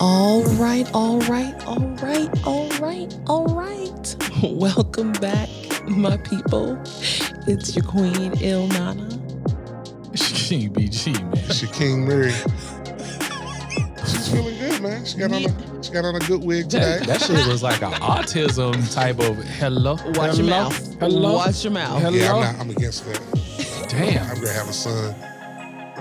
All right, all right, all right, all right, all right. Welcome back, my people. It's your queen, Il Nana. She King BG, man. She King Mary. She's feeling good, man. She got on a she got on a good wig today. That, that shit was like an autism type of hello. Watch hello, your mouth. Hello. Watch your mouth. Hello. Yeah, I'm not. I'm against that. I'm Damn. gonna have a son.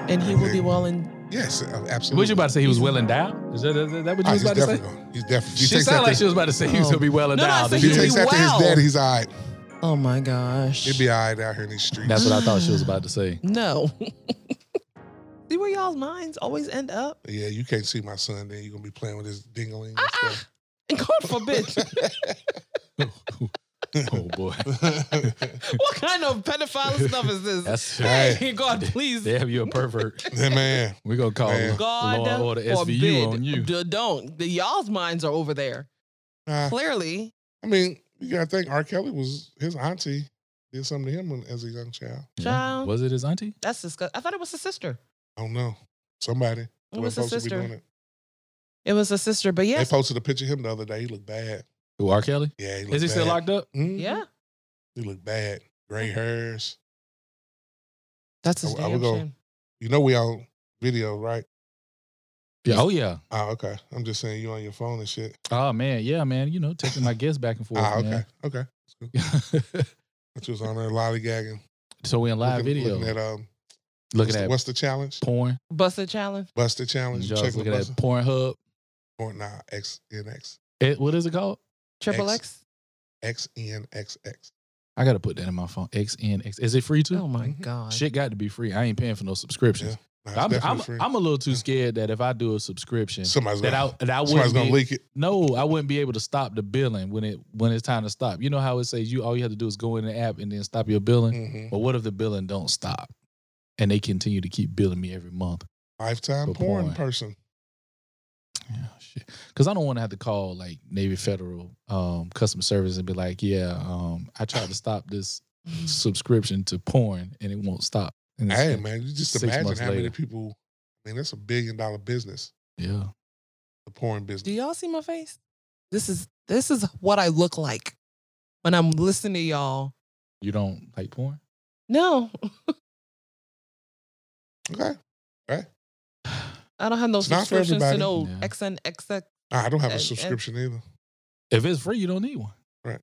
And he will be well and Yes, uh, absolutely. What you about to say? He was well endowed. Is that, that, that what you Ah, Oh, was he's about to say? definitely gonna. He's definitely. He She takes sounded like after, she was about to say he was gonna be well Oh. No, no, I endowed. said if he He'd takes be after his well. daddy, he's all right. Oh my gosh. He'll be all right out here in these streets. That's what I thought she was about to say. no. See where y'all's minds always end up? yeah, you can't see my son. Then you're gonna be playing with his dingling and stuff. Uh-uh. God forbid. Oh boy. what kind of pedophile stuff is this? That's Hey. God, please. Damn, you a pervert. Yeah, man, We gonna call Man. God law and order SVU forbid. on you. D- don't. The y'all's minds are over there. Nah, Clearly. I mean, you gotta think R. Kelly was his auntie did something to him when, as a young child. Yeah. Child. Was it his auntie? That's disgusting. I thought it was his sister. I don't know. Somebody It wasn't was his supposed to be doing sister. it. It was his sister. But yes. They posted a picture of him the other day. He looked bad. Who R. Kelly? Yeah, he looked Is he bad. still locked up? Mhm. Yeah. Mm-hmm. He looked bad. Gray hairs. That's I- his Oh, I would damn go- shame. You know we on video, right? Yeah. Oh yeah. Oh, okay. I'm just saying you on your phone and shit. Oh man. Yeah, man. You know, taking my guests back and forth. Ah, okay. man. Okay. But you was on there lollygagging. so we in live looking, video. Looking at um Looking what's, the, at what's the challenge? porn. Busted challenge. Buster challenge. Y'all Check was the looking at Buster. Pornhub. Or nah, X N X. It, what is it called? Triple X. X. X N X X. I gotta put that in my phone. XNX. Is it free too? Oh my Mhm. God. Shit got to be free. I ain't paying for no subscriptions. Nah, it's I'm, definitely I'm, free. I'm a little too Yeah. scared that if I do a subscription, somebody's that I gonna, that I somebody's wouldn't gonna be- leak it. no, I wouldn't be able to stop the billing when it when it's time to stop. You know how it says you all you have to do is go in the app and then stop your billing. Mhm. But what if the billing don't stop and they continue to keep billing me every month? Lifetime For porn, porn. person. Yeah, shit. Because I don't want to have to call like Navy Federal um, customer service and be like, yeah, um, I tried to stop this Mm. subscription to porn and it won't stop. And it's Hey like, man, you just six imagine months how many later. people I mean, that's a billion dollar business, Yeah. the porn Do business. y'all see my face? This is this is what I look like when I'm listening to y'all. You don't like porn? No, Okay. I don't have no It's not for subscriptions to everybody. no Yeah. XNXX. Nah, I don't have Uh, a uh, subscription either. If it's free, you don't need one. Right.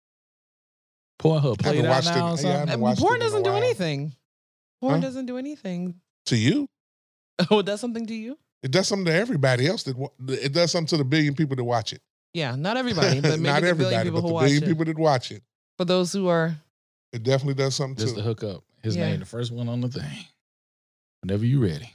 Pornhub, I play haven't it out watched now. it. or Yeah, I something? haven't watched it Porn in a doesn't do while. anything. Porn Huh? doesn't do anything. To you. Oh, it does something to you? It does something to everybody else. That wa- it does something to the billion people that watch it. Yeah, not everybody, but maybe Not the billion everybody, people but who the watch billion it. people that watch it. For those who are It definitely does something This the to. hookup. His Yeah. name, the first one on the thing. Whenever you ready.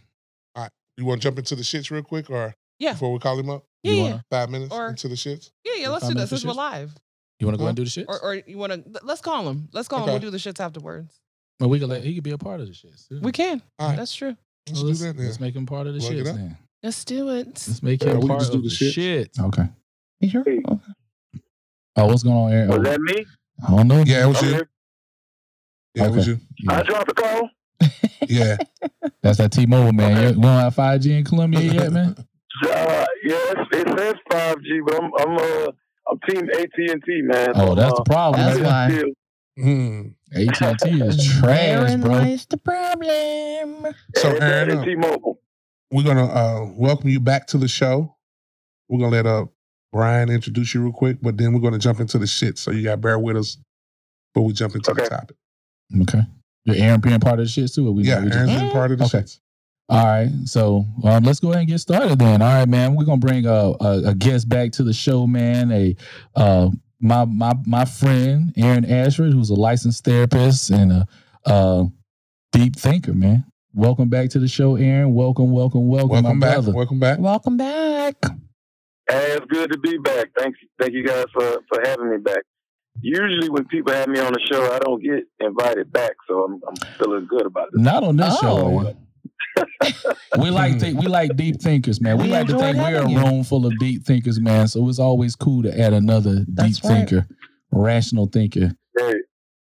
you want to jump into the shits real quick, or Yeah. before we call him up, yeah, You yeah, wanna- five minutes Or- into the shits. yeah, yeah. Five Let's do minutes this of since we're shits? live. You want to go Huh? and do the shit? Or, or you want to? Let's call him. Let's call him. Okay. We'll do the shits afterwards. and we can let he could be a part of the shit. We can. All right, That's true. let's, let's, do that then. let's make him part of the Plug it shit. up. Then. Let's do it. Let's make Yeah, him we part just of do the the shit. shit. Okay. Hey. Oh, what's going on, Aaron? Was that me? I don't know. Yeah, it was Okay. you. Yeah, it was you. I dropped the call. Yeah, That's that T-Mobile man. Okay. You- We don't have five G in Columbia yet, man. Uh, yeah, it's- it says 5G, but I'm I'm uh I'm team AT and T man. Oh, So, that's the uh, problem. I'm That's just why still- Mm. AT and T is trash, Aaron bro. lies the problem. So and- Aaron, and uh, T-Mobile. we're gonna uh, welcome you back to the show. We're gonna let uh, Brian introduce you real quick, but then we're gonna jump into the shits. So you got to bear with us, but we jump into the Okay. topic. Okay. You're Aaron being part of the shit too. Or we Yeah, we just- Aaron's been Mm. part of the Okay. shits. All right, so um, let's go ahead and get started then. All right, man, we're gonna bring a, a, a guest back to the show, man. A uh, my my my friend Aaron Ashford, who's a licensed therapist and a, uh deep thinker, man. Welcome back to the show, Aaron. Welcome, welcome, welcome, Welcome my back. brother. Welcome back. Welcome back. Hey, it's good to be back. Thank thank you guys for for having me back. Usually when people have me on the show, I don't get invited back, so I'm I'm feeling good about this. Not on this show. Oh. Man. we like think we like deep thinkers, man. We, We like to enjoy think we're a having you. room full of deep thinkers, man. So it's always cool to add another That's deep right. thinker, rational thinker Hey,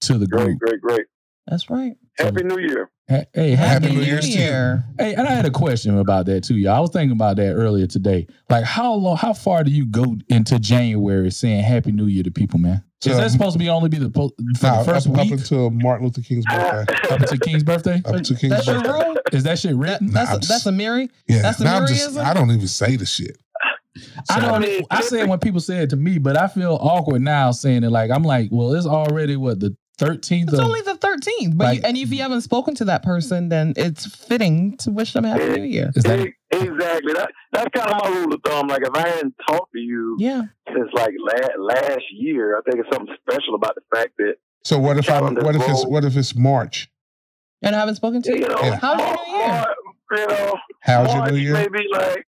to the great, group. great, great. That's right. Happy New Year. Hey, hey, Happy happy, New Year's to you. Hey, and I had a question about that too, y'all. I was thinking about that earlier today. Like, how long, how far do you go into January saying Happy New Year to people, man? Is So- that supposed to be only be the, po- for Nah, the first up, up week until Martin Luther King's birthday. up until King's birthday? Up to King's That's your birthday. rule. Is that shit That, written? that's I'm a, just- that's a Mary. Yeah, That's the now I'm just, Murrayism? I don't even say the shit. I So- don't. I said when people say it to me, but I feel awkward now saying it. Like I'm like, well, it's already what the thirteenth It's of. only the 13th. But you, Like- and if you haven't spoken to that person, then it's fitting to wish them a happy new year. is that E- exactly. That, that's kind of my rule of thumb. Like if I hadn't talked to you Yeah. since like la- last year, I think it's something special about the fact that So what if I what if it's what if it's March? And I haven't spoken to you you. know, Yeah. How's your Mar- new year? Mar- you know, How's your March new year? Maybe like,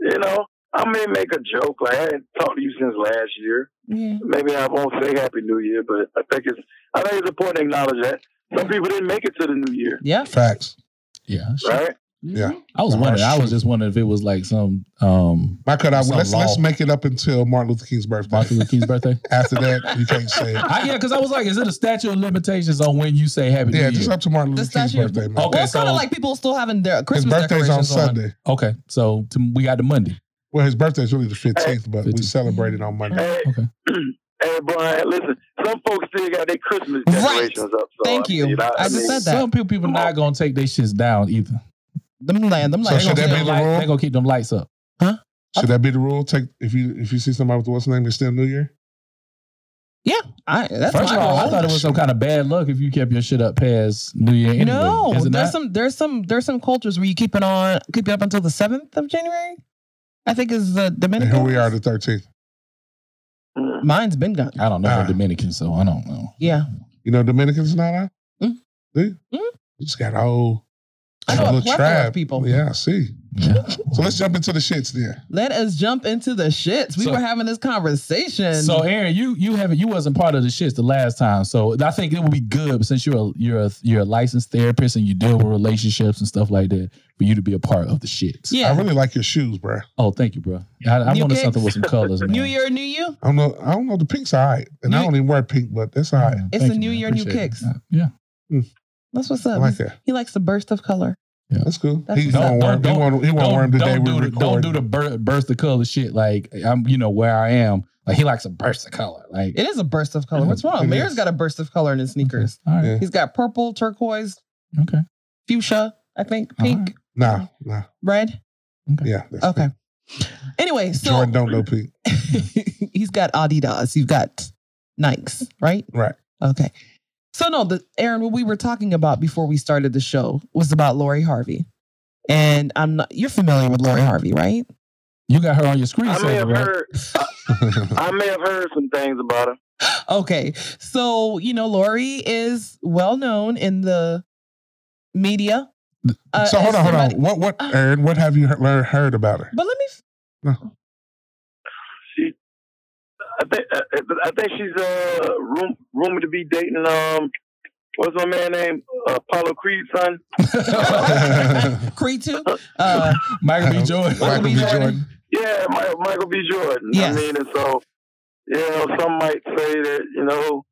you know, I may make a joke. Like I hadn't talked to you since last year. Yeah. Maybe I won't say Happy New Year, but I think it's I think it's important to acknowledge that some people didn't make it to the New Year, Yeah. Facts. yeah? shit. right? Yeah. I was Oh, wondering. I was shoot. just wondering if it was like some um Why could I? Some Let's let's law. make it up until Martin Luther King's birthday. Martin Luther King's birthday. After that, you can't say it. I, yeah, because I was like, is it a statute of limitations on when you say Happy Yeah, New just Year? up to Martin The Luther King's statue- birthday, Okay, man. well, it's kind so- of like people still having their His Christmas birthday's on decorations on. Sunday. Okay, so to, we got to Monday. Well, his birthday's really the fifteenth, but we 15th. celebrated on Monday. Hey, Okay. hey, Brian, listen, some folks still got their Christmas Right. decorations up. So Thank I you. mean, I just mean, said that. Some people people not gonna take their shits down either. Them land. Them So land. should they gonna, that be keep the them light- rule? they gonna keep them lights up. Should that be the rule? Take if you if you see somebody with what's name, it's still New Year. I, that's First my of all, I rule. thought it was some kind of bad luck if you kept your shit up past New Year. Anyway. No, Is there's it not? some there's some there's some cultures where you keep it on keep it up until the seventh of January. I think is the And Dominican. here we are, the thirteenth. Mm. Mine's been gone. I don't know Ah. no Dominican, so I don't know. Yeah, You know, Dominicans not out. Mm. See? Mm. You just got old. I know a plethora of people. Yeah, I see. Yeah. So let's jump into the shits then. let us jump into the shits. We So- were having this conversation. So Aaron, you you haven't you wasn't part of the shits the last time, so I think it would be good since you're a, you're a, you're a licensed therapist and you deal with relationships and stuff like that for you to be a part of the shits. yeah, I really like your shoes, bruh. Oh, thank you, bro. I, I New wanted kicks? something with some colors, man. new year, new you. I don't know. I don't know. The pink's all right, and I New- don't even wear pink, but that's all right. It's Thank a you, new man. year, new Appreciate it. kicks. Uh, yeah. That's what's I up. like that. he likes the burst of color. That's cool. That's he what's won't up. worm. He Don't- won't. He won't worm the day we do the, don't record. do the bur- burst of color shit. Like I'm, you know where I am. Like he likes a burst of color. Like It is a burst of color. What's wrong? It Mayor's is. got a burst of color in his sneakers. all right, Yeah. He's got purple, turquoise, okay. fuchsia, I think, All pink, right. Nah, nah. red. Yeah. That's Okay. pink. Anyway, so uh, Jordan don't know pink. he's got Adidas. You've got Nikes, right? Right. Okay. So no, the Aaron, what we were talking about before we started the show was about Lori Harvey. And I'm not you're familiar with Lori Harvey, right? You got her on your I may have screensaver, right? heard. uh, I may have heard some things about him. Okay. So, you know, Lori is well known in the media. Uh, so hold as on, hold on. somebody- What, what, Aaron? What have you he- learned heard about her? But let me She, I think, I, I think she's uh rum, rumored to be dating um, what's my man name? Apollo Creed's son. Creed too. Uh, Michael B. Jordan. Michael B. Jordan. Yeah, Mi- Michael B. Jordan. Yes. I mean, and so you know, some might say that you know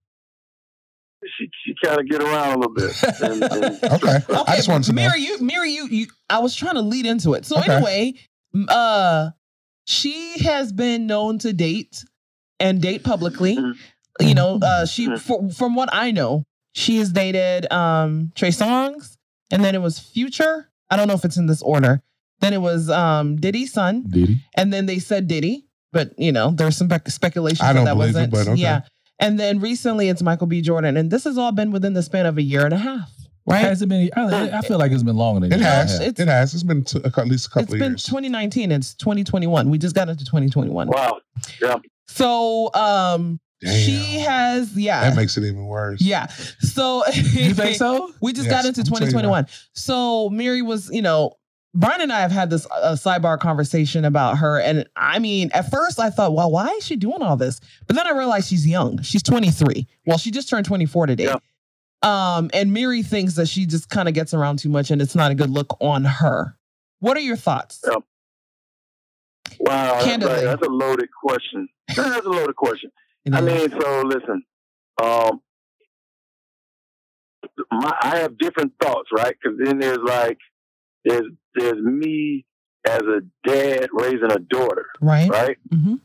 she she kind of get around a little bit. And, and, Okay. I just wanted to know. Mary, you, Mary, you, you. I was trying to lead into it. So Okay. anyway, m- uh, she has been known to date and date publicly. Mhm. You know, uh, she Mhm. for, from what I know, she has dated um Trey Songs, and then it was Future. I don't know if it's in this order. Then it was um Diddy's son, Did he? and then they said Diddy, but you know, there's some spec- speculation I that don't that believe it, wasn't. but okay. Yeah. And then recently it's Michael B. Jordan, and this has all been within the span of a year and a half, right? Has it been? I, I feel like it's been longer than It that. has. it's- it has. It's been t- a cou- at least a It's couple of been years. 2019. It's 2021. We just got into 2021. wow. So um, Damn. she has yeah that makes it even worse. yeah. So You think so? we just Yes, got into I'm telling you 2021. So Mary was you know. Brian and I have had this uh, sidebar conversation about her. And I mean, at first I thought, well, why is she doing all this? But then I realized she's young. She's 23. Well, she just turned 24 today. Yeah. Um, and Mary thinks that she just kind of gets around too much and it's not a good look on her. What are your thoughts? Yeah. Wow, that's, Candidly. like, that's a loaded question. That's a loaded question. You I know? mean, so listen, um, my I have different thoughts, right? Because then there's like there's there's me as a dad raising a daughter, right? right? Mhm.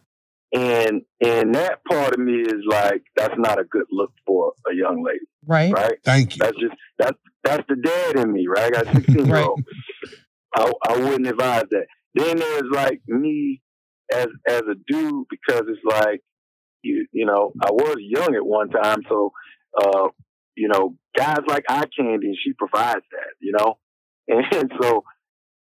And and that part of me is like that's not a good look for a young lady, Right. right? Thank you. That's just that's that's the dad in me, right? I got sixteen year Right. old. I I wouldn't advise that. Then there's like me as as a dude because it's like you you know I was young at one time, so uh you know guys like eye candy, and she provides that, you know, and so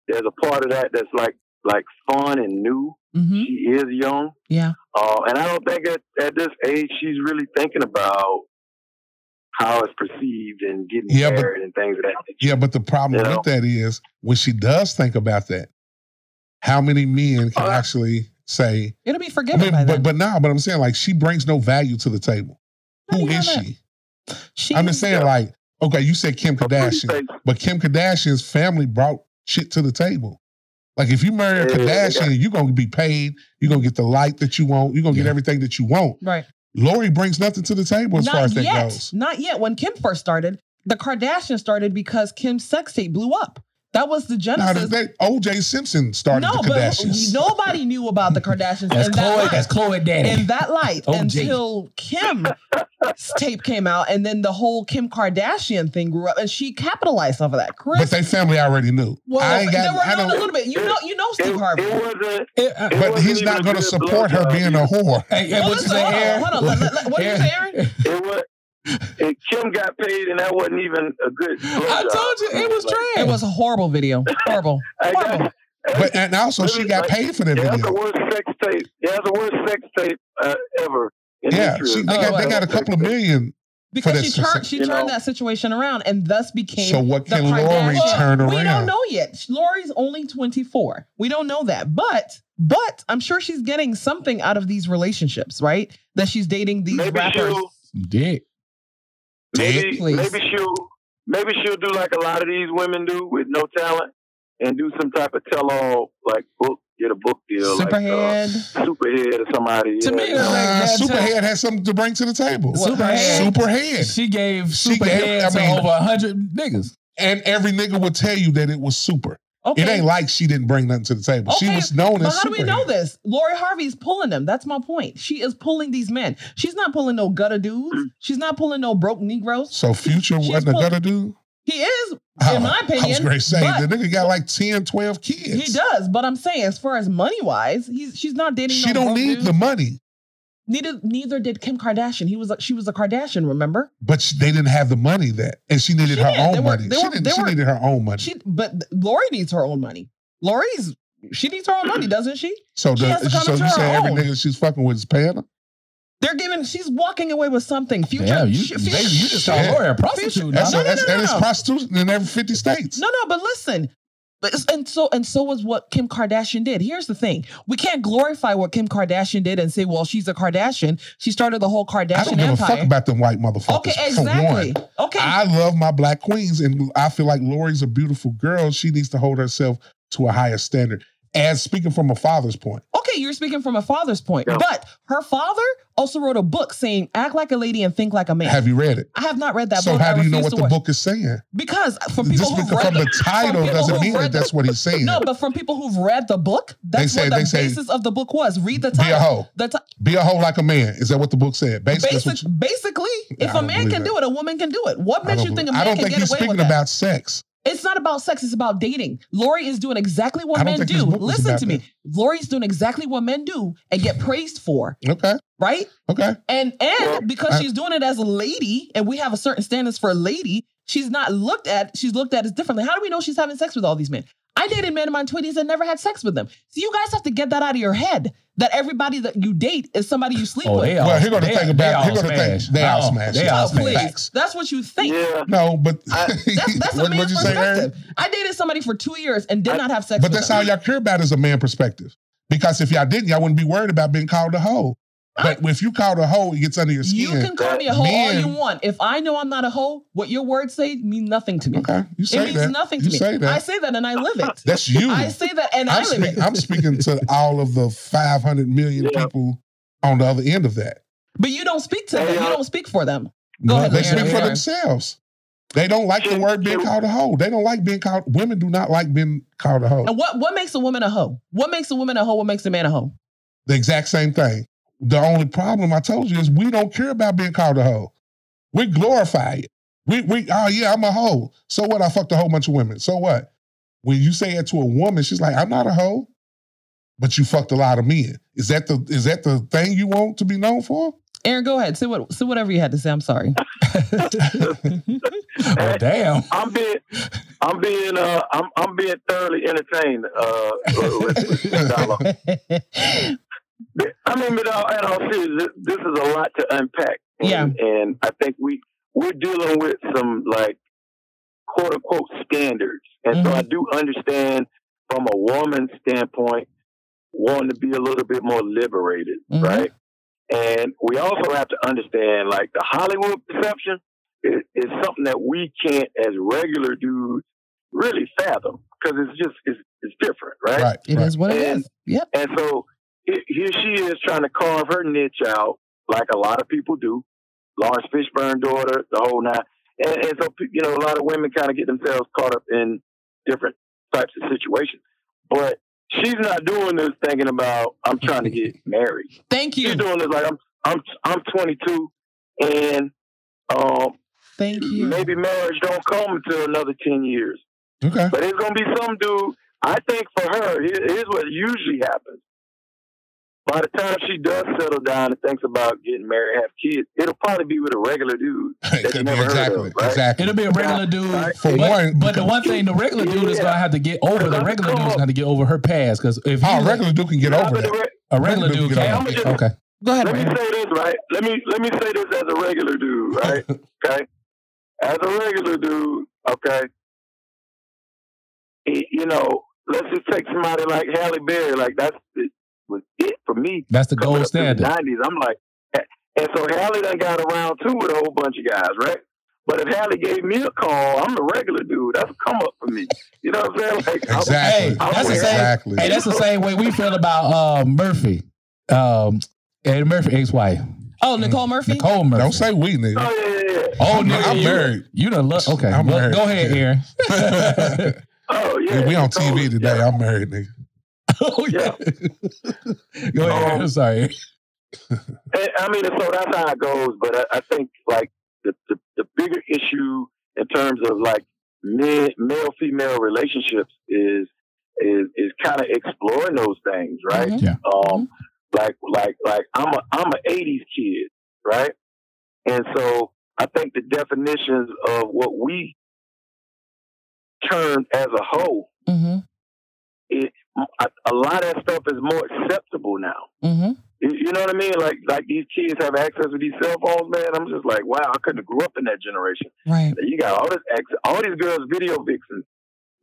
there's a part of that that's like like fun and new. hmm She is young. Yeah. Uh, and I don't think at, at this age she's really thinking about how it's perceived and getting Yeah, but- married and things of that nature. Yeah, but the problem You know? with that is when she does think about that, how many men can Oh, that- actually say, It'll be I forgiven mean, by but, then. but now, but I'm saying like she brings no value to the table. How do Who you know is that? she? She, I'm just saying Yeah. like, okay, you said Kim A pretty Kardashian, face- but Kim Kardashian's family brought shit to the table. Like if you marry a Yeah, Kardashian, you're gonna be paid, you're gonna get the light that you want, you're gonna get Yeah. everything that you want. right. Lori brings nothing to the table as Not far as that yet. goes. Not yet. When Kim first started, the Kardashians started because Kim's sex tape blew up. That was the Now, genesis. that OJ Simpson started no, the but Kardashians. nobody knew about the Kardashians That's in that Chloe. light. That's Chloe Daddy. in that light Oh, gee. until Kim's tape came out, and then the whole Kim Kardashian thing grew up, and she capitalized off of that. but Chris, they family already knew. well, I ain't there got. were I known a don't. little bit. You know, you know It, Steve Harvey. it wasn't. It- uh, it But wasn't he's even not a going to good support her blowjob. being a whore. hey, hey, Well, what you listen, say, hold on, Aaron? hold on, let- let- let- what did you say, Aaron? It was. And Kim got paid, and that wasn't even a good. I told you it was Like, trash. It was a horrible video. Horrible. I got- horrible. But and also she got paid for that Yeah, that's the video. worst sex tape. Yeah, that's the worst sex tape uh, ever. in Yeah, Oh, history. she, they, got, they got a couple of million. Because she For this- turned she You turned know. that situation around and thus became So what the can Lori Kardashian- turn We don't around? know yet. Lori's only 24. We don't know that. But but I'm sure she's getting something out of these relationships, right? That she's dating these Maybe rappers. she'll Dick. Maybe Please. maybe she'll maybe she'll do like a lot of these women do with no talent and do some type of tell all like book get a book deal like Superhead. uh, superhead or somebody. To yeah. me, that's like- Uh, that's Superhead had something to bring to the table. What? Superhead. Superhead. She gave She super gave- head I to mean- over hundred niggas. And every nigga will tell you that it was super. uh, okay. It ain't like she didn't bring nothing to the table. She Okay, was known But as how do superhead. we know this? Lori Harvey's pulling them. That's my point. She is pulling these men. She's not pulling no gutter dudes. She's not pulling no broke Negroes. So Future She's wasn't a pull- gutter dude? He is, Uh-huh. I- in my I was opinion. great saying but the nigga got like 10, 12 kids. he does, but I'm saying as far as money wise, he's she's not dating. She no don't broke need dudes. the money, Neither neither did Kim Kardashian. He was a, she was a Kardashian. Remember? but she, they didn't have the money that, and she needed She her did. own They were- money. they she were- didn't, they she were- needed her own money. She but Lori needs her own money. Lori's she needs her own money, doesn't she? So, She the, has to come so into you her say every own. nigga she's fucking with is paying her? They're giving. She's walking away with something. Future. Damn, you, sh- baby, you just called Yeah. Lori a prostitute. That's, now. no, that's, no, and no, it's no. prostitution in every 50 states. No, no, but listen. But it's- And so and so was what Kim Kardashian did. Here's the thing: we can't glorify what Kim Kardashian did and say, "Well, she's a Kardashian. She started the whole Kardashian I don't give empire." a fuck about them white motherfuckers. okay, for exactly. one. Okay, I love my black queens, and I feel like Lori's a beautiful girl. She needs to hold herself to a higher standard. As speaking from a father's point, okay. You're speaking from a father's point, Yeah. but her father also wrote a book saying, "Act like a lady and think like a man." have you read it? I have not read that So book. how I do you know refuse what to the watch- book is saying? Because from people Just who because read from the title from people doesn't who've mean read that the- that's what he's saying. no, but from people who've read the book, that's They say- what they the say- basis of the book was. Read the be a title. hoe. The ti- Be a hoe like a man. Is that what the book said? Basically, that's Basic, what you- basically, I if a don't man believe can that. do it, a woman can do it. What I makes don't you think believe- a I man don't can think get he's away with speaking that? about sex. it's not about sex. It's about dating. Lori is doing exactly I what don't men think his do. book was Listen about to me. Lori's doing exactly what men do and get praised for, Okay, right? okay. And and Well, because I- she's doing it as a lady, and we have a certain standards for a lady, she's not looked at. She's looked at as differently. How do we know she's having sex with all these men? I dated men in my twenties and never had sex with them. So you guys have to get that out of your head that everybody that you date is somebody you sleep Oh, with. they all, well, here go the they- thing they about all here go the thing. smash. They all Oh, smash. They it. all Oh, smash. please. Facts. That's what you think. Yeah, No, but I- That's that's a what, man's what'd you say, Aaron? perspective. I dated somebody for two years and did I- not have sex. But with that's them. all y'all care about is a man perspective. Because if y'all didn't, y'all wouldn't be worried about being called a hoe. But if you called a hoe, it gets under your you skin. can call me a hoe all you Men- want. If I know I'm not a hoe, what your words say mean nothing to me. okay, you It say means that. nothing to you me. say that. I say that and I live it. that's you. I say that and i I'm, live speak- it. I'm speaking to all of the 500 million Yeah. people on the other end of that. But you don't speak to Hey, them. You y'all. don't speak for them. Go ahead, they Larry. speak for Sorry. themselves. They don't like the word being called a hoe. They don't like being called. Women do not like being called a hoe. And what what makes a woman a hoe? What makes a woman a hoe? What makes a man a hoe? The exact same thing. The only problem I told you is we don't care about being called a hoe. We glorify it. We we oh yeah, I'm a hoe. So what? I fucked a whole bunch of women. So what? When you say it to a woman, she's like, I'm not a hoe, but you fucked a lot of men. Is that the is that the thing you want to be known for? Aaron, go ahead. Say what say whatever you had to say. I'm sorry. well, damn. I'm being, I'm being, uh, I'm, I'm being thoroughly entertained. Uh, with, with this dialogue. I mean, but all, in all seriousness, this is a lot to unpack. And, Yeah. and I think we we're dealing with some like quote unquote standards, and so I do understand from a woman's standpoint wanting to be a little bit more liberated, Mhm. right? And we also have to understand like the Hollywood perception is, is something that we can't as regular dudes really fathom because it's just it's, it's different, right? Right. It is right. what it is. And- Yep. And so he- here she is trying to carve her niche out, like a lot of people do. Lawrence Fishburne daughter, the whole nine. And, and so, pe- you know, a lot of women kind of get themselves caught up in different types of situations. But she's not doing this thinking about, I'm trying to get married. Thank She's you. doing this like, I'm, I'm, I'm 22 and, um, Thank you. maybe marriage don't come until another 10 years. Okay. But it's gonna be some dude. I think for her, here- here's what usually happens. By the time she does settle down and thinks about getting married, have kids, it'll probably be with a regular dude. It could be never heard exactly. of, right? Exactly. It'll be a regular dude. For but, one, but the one thing, the regular dude is gonna have to get over. The regular dude's gonna have to get over her past because if he, Oh, regular dude can get Now, over but the that. re- a regular dude Regular can, dude get over okay, Go ahead. Let me Aaron. say this right. Let me let me say this as a regular dude, right? okay, as a regular dude, okay. Y- You know, let's just take somebody like Halle Berry. Like that's it was it for me that's the coming gold up through standard. The 90s, I'm like, and so Hallie done got around too with a whole bunch of guys, right? But if Hallie gave me a call, I'm the regular dude. That's a come up for me. You know what I'm saying? Like, I'm- Exactly. Hey, that's the same- exactly. Hey, that's the same way we feel about uh, Murphy, um, Eddie Murphy ex-wife, Oh, Nicole Murphy. Nicole Murphy. Don't say we, nigga. oh, yeah, yeah, yeah. oh, I'm- nigga, I'm you- married. You done look okay. I'm well, married. Go ahead, Aaron. Oh, yeah. we on Totally. TV today. I'm married, nigga. oh yeah. Go ahead. Aaron. Um, I'm sorry. And, I mean, so that's how it goes. But I, I think like the, the the bigger issue in terms of like male female relationships is is is kind of exploring those things, right? Mhm. Yeah. Um, like like like I'm a I'm a '80s kid, right? And so I think the definitions of what we term as a hoe, Mhm. a, a lot of that stuff is more acceptable now. Mhm. You, you know what I mean? Like like these kids have access to these cell phones, man. I'm just like, wow, I couldn't have grew up in that generation. Right. You got all this access, all these girls video vixens.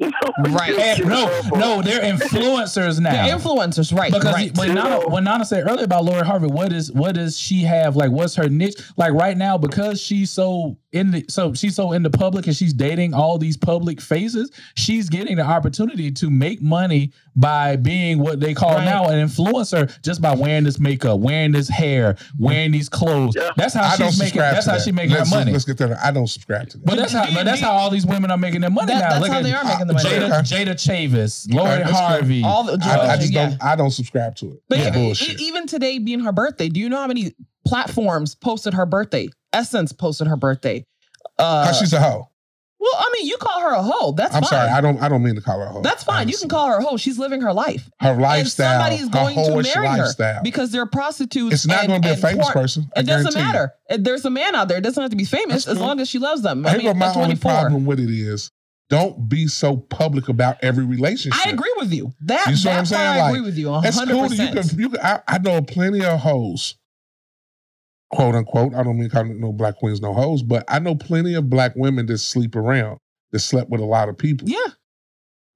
You know, Right. Just And get a no, cell phone. no, they're influencers The now. influencers. Right. because right. when Nana when Nana said earlier about Lori Harvey, what is what does she have? Like, what's her niche? Like right now, because she's so in the so she's so in the public and she's dating all these public faces, she's getting the opportunity to make money by being what they call Right. now an influencer, just by wearing this makeup, wearing this hair, wearing these clothes. Yeah. That's how I don't she's making. subscribe That's to how that. she making her Let's- money. Let's get that. I don't subscribe to that. But that's how. But that's how all these women are making their money That- now. that's Look how at they are making the money. Jada, Jada Chavis, Lori Okay, that's fair. Harvey. all the I, I just yeah. don't. I don't subscribe to it. But It's yeah, e- bullshit. even today being her birthday, do you know how many platforms posted her birthday? Essence posted her birthday. Uh, Cause she's a hoe. well, I mean, you call her a hoe. That's I'm fine. sorry. I don't. I don't mean to call her a hoe. That's fine. You can call her a hoe. She's living her life her lifestyle. somebody is going her to hoish marry her lifestyle. because they're prostitutes. It's not and- going to be a and famous porn- person. I It doesn't guarantee you. matter. If There's a man out there. It doesn't have to be famous That's as cool. long as she loves them. I Here's mean, what at my only 24. problem with it is: don't be so public about every relationship. I agree with you. That, You see what I'm that's why saying? I agree Like, with you. That's 100%. cool. that You can, you can, I, I know plenty of hoes, quote unquote. I don't mean call no black queens no hoes, but I know plenty of black women that sleep around that slept with a lot of people, yeah.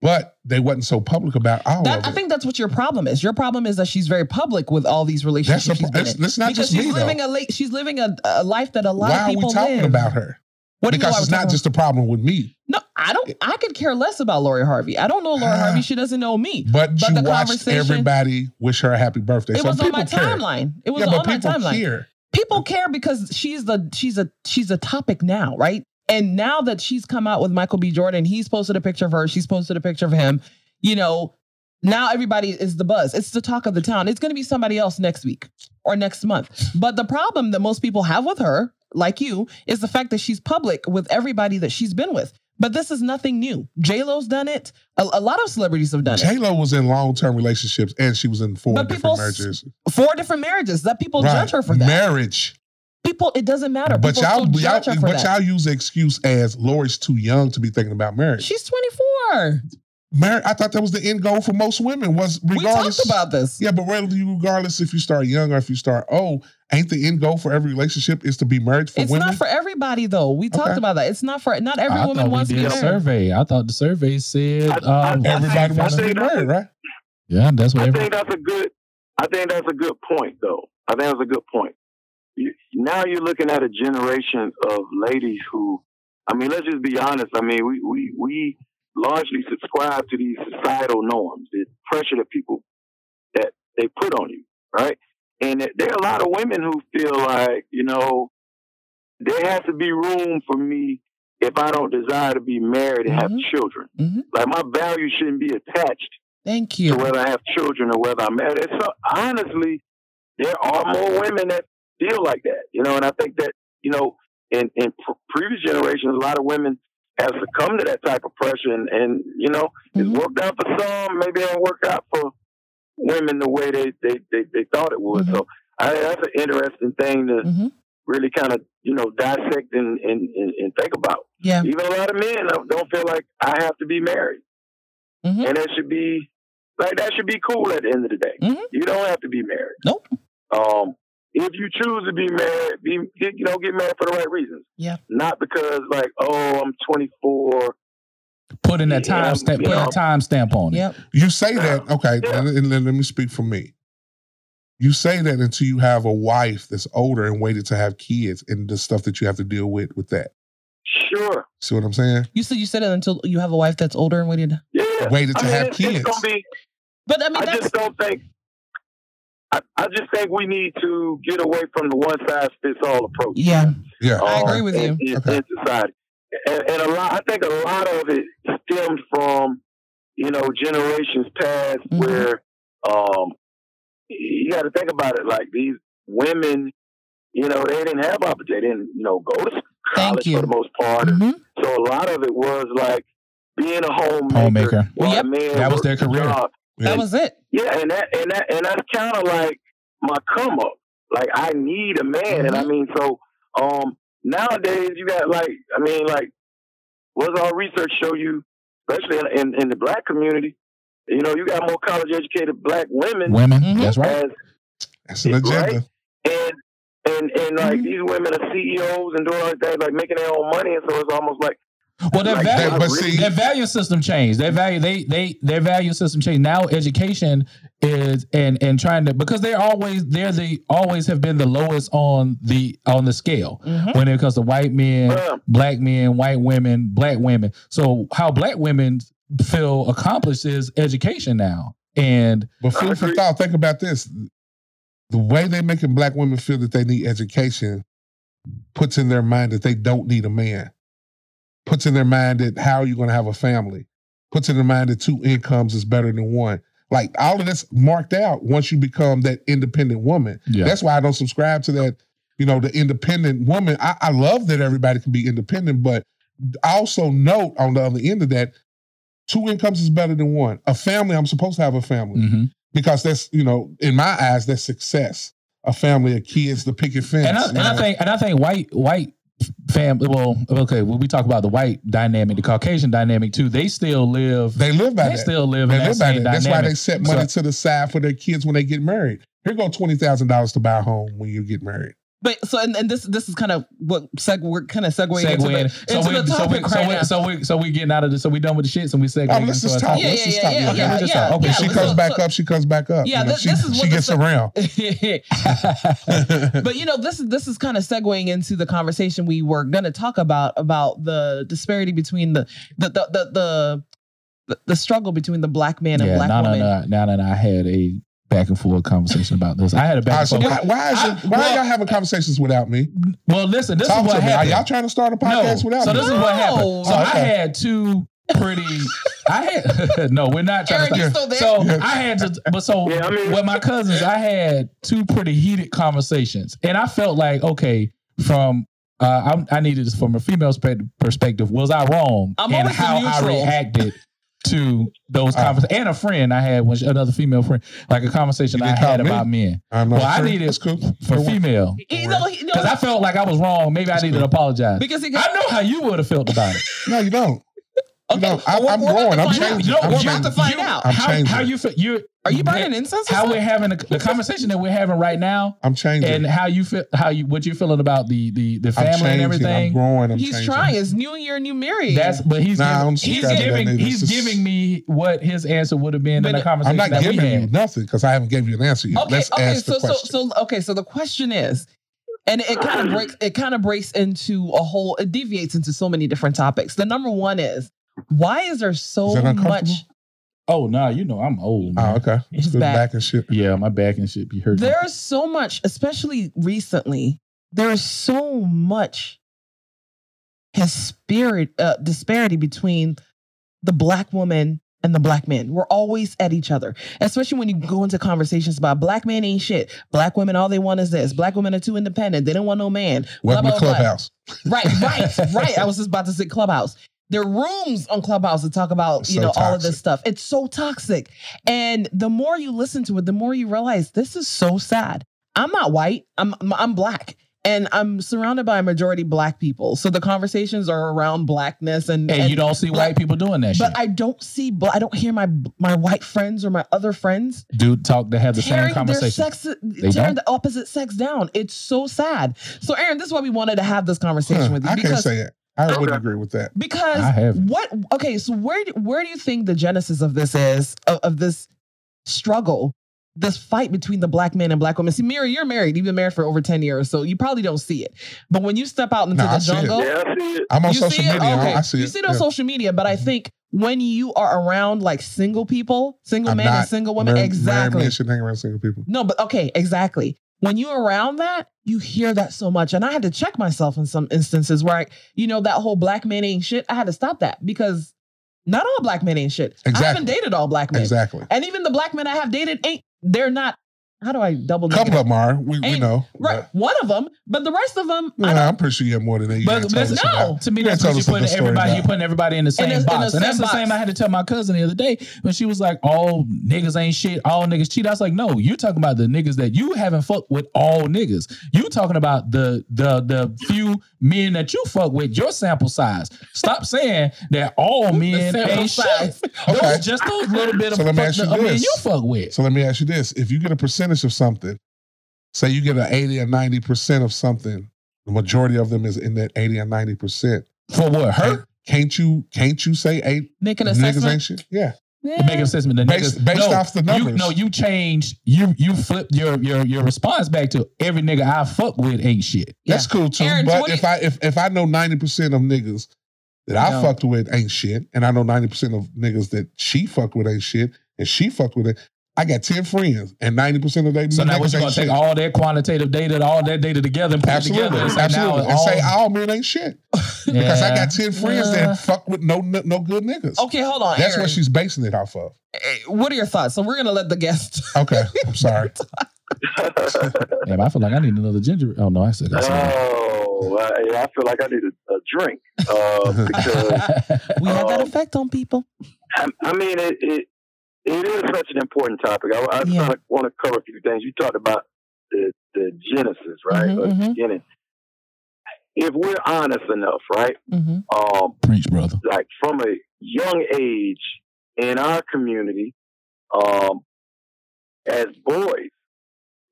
but they wasn't so public about all That, I of it. think that's what your problem is. Your problem is that she's very public with all these relationships. That's a she's pro- been that's, in. that's not because just me she's living though. a late, she's living a, a life that a lot Why of are we people talking live. about her? What do you mean, Because why it's we're not talking just a problem with me, about- no. I don't. I could care less about Lori Harvey. I don't know Lori Ah. Harvey. She doesn't know me. but, But you the watched conversation- everybody wish her a happy birthday. It so was on people my care. timeline. It was yeah, on but my people timeline. care. People care because she's the she's a she's a topic now, right? And now that she's come out with Michael B. Jordan, he's posted a picture of her, she's posted a picture of him. You know, now everybody is the buzz. It's the talk of the town. It's going to be somebody else next week or next month. But the problem that most people have with her, like you, is the fact that she's public with everybody that she's been with. But this is nothing new. J-Lo's done it. A, a lot of celebrities have done J it. Lo was in long term relationships and she was in four But people different marriages. Four different marriages that people judge her for that. Marriage. people, it doesn't matter. But people y'all, still y'all, judge her for but that. y'all use the excuse as Lori's too young to be thinking about marriage. She's 24. Mar- I thought that was the end goal for most women was regardless. We talked about this. yeah, but whether you- regardless if you start young or if you start old, ain't the end goal for every relationship is to be married for It's women? not for everybody though. We Okay. talked about that. It's not for not every I woman thought we wants to be did a married. survey. I thought the survey said I- I- um, I Everybody think- I wants to be think- married, right? Yeah, that's what I every, think that's a good. I think that's a good point, though. I think that's a good point. You, now you're looking at a generation of ladies who, I mean, let's just be honest. I mean, we we we largely subscribe to these societal norms, the pressure that people that they put on you, right? And there- there are a lot of women who feel like, you know, there has to be room for me if I don't desire to be married and have Mhm. children. Mhm. Like my value shouldn't be attached Thank to you. whether I have children or whether I'm married. So honestly, there are more women that feel like that, you know. And I think that you know, in in pr- previous generations, a lot of women have succumbed to that type of pressure, and, and you know, Mhm. it's worked out for some. Maybe it ain't worked out for women the way they they they, they thought it would. Mhm. So I, that's an interesting thing to Mhm. really kind of you know dissect and and, and and think about. Yeah. Even a lot of men don't- don't feel like I have to be married Mhm. and that should be like that should be cool at the end of the day. Mhm. You don't have to be married. Nope. Um, if you choose to be married, be get, you know get married for the right reasons. Yeah. Not because like oh I'm 24. putting that Yeah, time stamp, putting yeah. that time stamp on it. Yep. You say that, okay, Yeah. and, and let me speak for me. You say that until you have a wife that's older and waited to have kids and the stuff that you have to deal with with that. Sure. See what I'm saying? You said you said it until you have a wife that's older and waited. Yeah. Waited I to mean, have it's, kids. it's gonna be. But I mean I that's just don't think. I, I just think we need to get away from the one size fits all approach. yeah. yeah. I um, agree with in, you. In, Okay. in society, and, and a lot, I think a lot of it stems from you know generations past Mhm. where um, you got to think about it. Like these women, you know, they didn't have opportunity. They didn't you know go to college you. for the most part. Mhm. So a lot of it was like being a homemaker. Homemaker. while a Yep. man That was their worked a career. job. That was it. Yeah, and that and that and that's kind of like my come up. Like I need a man, and I mean, so um nowadays you got like I mean, like what's all research show you, especially in, in in the black community, you know, you got more college educated black women Women, Mhm. that's right. as That's an agenda. and and and like these women are CEOs and doing all that, like making their own money, and so it's almost like Well, their Like, value, that- but see- their value system changed. Their value, they, they, their value system changed. Now education is and and trying to because they're always they're the always have been the lowest on the on the scale Mhm. when it comes to white men, uh, black men, white women, black women. So how black women feel accomplished is education now, and But food for agree. thought, think about this. The way they making black women feel that they need education puts in their mind that they don't need a man. Puts in their mind that how are you going to have a family? Puts in their mind that two incomes is better than one. Like all of that's marked out once you become that independent woman. yeah, That's why I don't subscribe to that, you know, the independent woman. I, I love that everybody can be independent, but I also note on the other end of that, two incomes is better than one. A family, I'm supposed to have a family Mhm. because that's you know in my eyes that's success a family of kids the picket fence and I, and you I know? think and I think white white family. Well, okay, when we talk about the white dynamic, the Caucasian dynamic too, they still live. They, they live by that still live they in that live by same that dynamic. that's why they set money So- to the side for their kids when they get married here go $20000 to buy a home when you get married But so and, and this this is kind of what seg we're kind of segueing Segue into the, in. into So we, the so we, topic so right we, now. so we, so we getting out of this. So we done with the shit. So we segue. Oh, let's into just our talk. topic. yeah, let's just yeah, stop. yeah, Okay, yeah, we just yeah. stop. Okay, yeah. she So- comes back so- up she comes back up Yeah, you know, this- she, this is she what gets the- around but you know this is this is kind of segueing into the conversation we were going to talk about about the disparity between the the the the, the the, the struggle between the black man and yeah, black Nana woman. and I, Nana and I had a back and forth conversation about this. I had a back All and right, so forth. why, why, is I- it- why well- y'all having conversations without me? well, listen, this Talk is to what me. Are happened. y'all trying to start a podcast without so me? Oh, this is what happened. So No. I Okay. had two pretty. I had no. We're not trying Eric, to. you still there? So I had to. But so Yeah, I mean- with my cousins, I had two pretty heated conversations, and I felt like okay, from uh, I, I needed this from a female spe- perspective. Was I wrong? I'm and always the how I neutral. reacted. To those Uh. conversations, and a friend I had, when she- another female friend, like a conversation You I didn't had call me. about men I'm not Well, I sure. needed- That's cool. for Don't worry. female, He- no, he- no, because I felt like I was wrong. Maybe I That's needed to cool. apologize. because he got I know how you would have felt about it. No, you don't. okay. no, I- we're- I'm we're about growing. to I'm find out. changing. No, I'm we're changing. about to find You- out. I'm how, changing. how you feel? You Are you burning incense? or how we're something? having a, the conversation that we're having right now, I'm changing. and how you feel, how you what you're feeling about the the the I'm family changing. and I'm everything. growing. I'm He's changing. trying. It's new year, new Mary. That's but he's Nah, I giving, don't he's subscribe to that giving neither. he's This is- giving me what his answer would have been in But a conversation I'm not that we giving you had. nothing because I haven't gave you an answer yet. okay. Let's Okay. ask So the so question. so okay. So the question is. And it kind of breaks. It kind of breaks into a whole. It deviates into so many different topics. The number one is why is there so Is that uncomfortable? much? Oh no, you know I'm old. man. oh, okay. He's Good back. back and shit. Yeah, my back and shit be hurting. There's so much, especially recently. There is so much his spirit uh, disparity between the black woman and the black man. We're always at each other, especially when you go into conversations about black man ain't shit. Black women, all they want is this. Black women are too independent. They don't want no man. Blah, Welcome to blah, blah. Clubhouse. Right, right, right. I was just about to say clubhouse. There are rooms on Clubhouse to talk about, It's you so know, all of this stuff. toxic. It's so toxic. And the more you listen to it, the more you realize this is so sad. I'm not white. I'm I'm- I'm black. And I'm surrounded by a majority black people. So the conversations are around blackness and, and, and- you don't see but- white people doing that but shit. I don't see bla- I don't hear my my white friends or my other friends Dude, talk to have the same tearing their conversation. sex, tearing don't? the opposite sex down. It's so sad. So, Aaron, this is why we wanted to have this conversation Huh, with you I can't because say it. I Okay. wouldn't agree with that. because I haven't. what? Okay, so where do, where do you think the genesis of this is of, of this struggle? This fight between the black man and black woman. See, Mary, you're married. You've been married for over 10 years, so you probably don't see it. But when you step out into Nah, I the see it. jungle, Yeah, I see it. I'm on you social see it? media. Okay. I, I see you it. see it on Yeah. Mm-hmm. social media, but I think when you are around like single people, single I'm men and not single women, Married- married exactly. men should hang around single people. No, but okay, exactly. When you're around that, you hear that so much. And I had to check myself in some instances where, I, you know, that whole black man ain't shit. I had to stop that because not all black men ain't shit. I haven't Exactly. dated all black men. Exactly. And even the black men I have dated ain't, they're not, how do I double A down? couple of them are. We, we Ain't- know. Right. One of them, but the rest of them, But, I nah, don't. I'm pretty sure you have more than that. You But ain't told that's us no. about. to me. You That's ain't because you're told putting us the story everybody now. you're putting everybody in the same the- in the box, same and that's the box. same I had to tell my cousin the other day when she was like, "All niggas ain't shit. All niggas cheat." I was like, "No, you're talking about the niggas that you haven't fucked with. All niggas. You talking about the the the few men that you fuck with your sample size. Stop saying that all men sample ain't size. shit. Okay. Those just those little bit of So let me ask you fuck, I mean, this. you fuck with. So let me ask you this: If you get a percentage of something, say you get an eighty or ninety percent of something, the majority of them is in that eighty or ninety percent. For what? Her? Can't you? Can't you say eight Make an niggas assessment. ain't shit? Yeah. Yeah. Make an assessment. The Based- niggas, based no, off the numbers. You, no, you change. You you flip your your your response back to every nigga I fuck with ain't shit. That's cool too. Aaron, but what do if you- I if, if I know ninety percent of niggas that I No. fucked with ain't shit, and I know ninety percent of niggas that she fucked with ain't shit, and she fucked with it, I got ten friends, and ninety percent of they So now we're niggas gonna ain't take shit. all that quantitative data, all that data together, and put it Absolutely, together, and say absolutely, now and say all- all men ain't shit because I got ten friends Yeah. Uh. that fuck with no no no good niggas. Eh, Okay, hold on. That's Aaron. what she's basing it off of. Eh, What are your thoughts? So we're going to let the guest. Okay, I'm sorry. Damn, I feel like I need another ginger. Oh no, I still got some. oh, I, I feel like I need a, a drink uh, because We have that Um, effect on people. I, I mean, it, it it is such an important topic. I, I Yeah. want to cover a few things. You talked about the the genesis, right? Mhm, or the mhm. beginning. If we're honest enough, right? Mm-hmm. Um, Preach, brother. like from a young age in our community, um, as boys,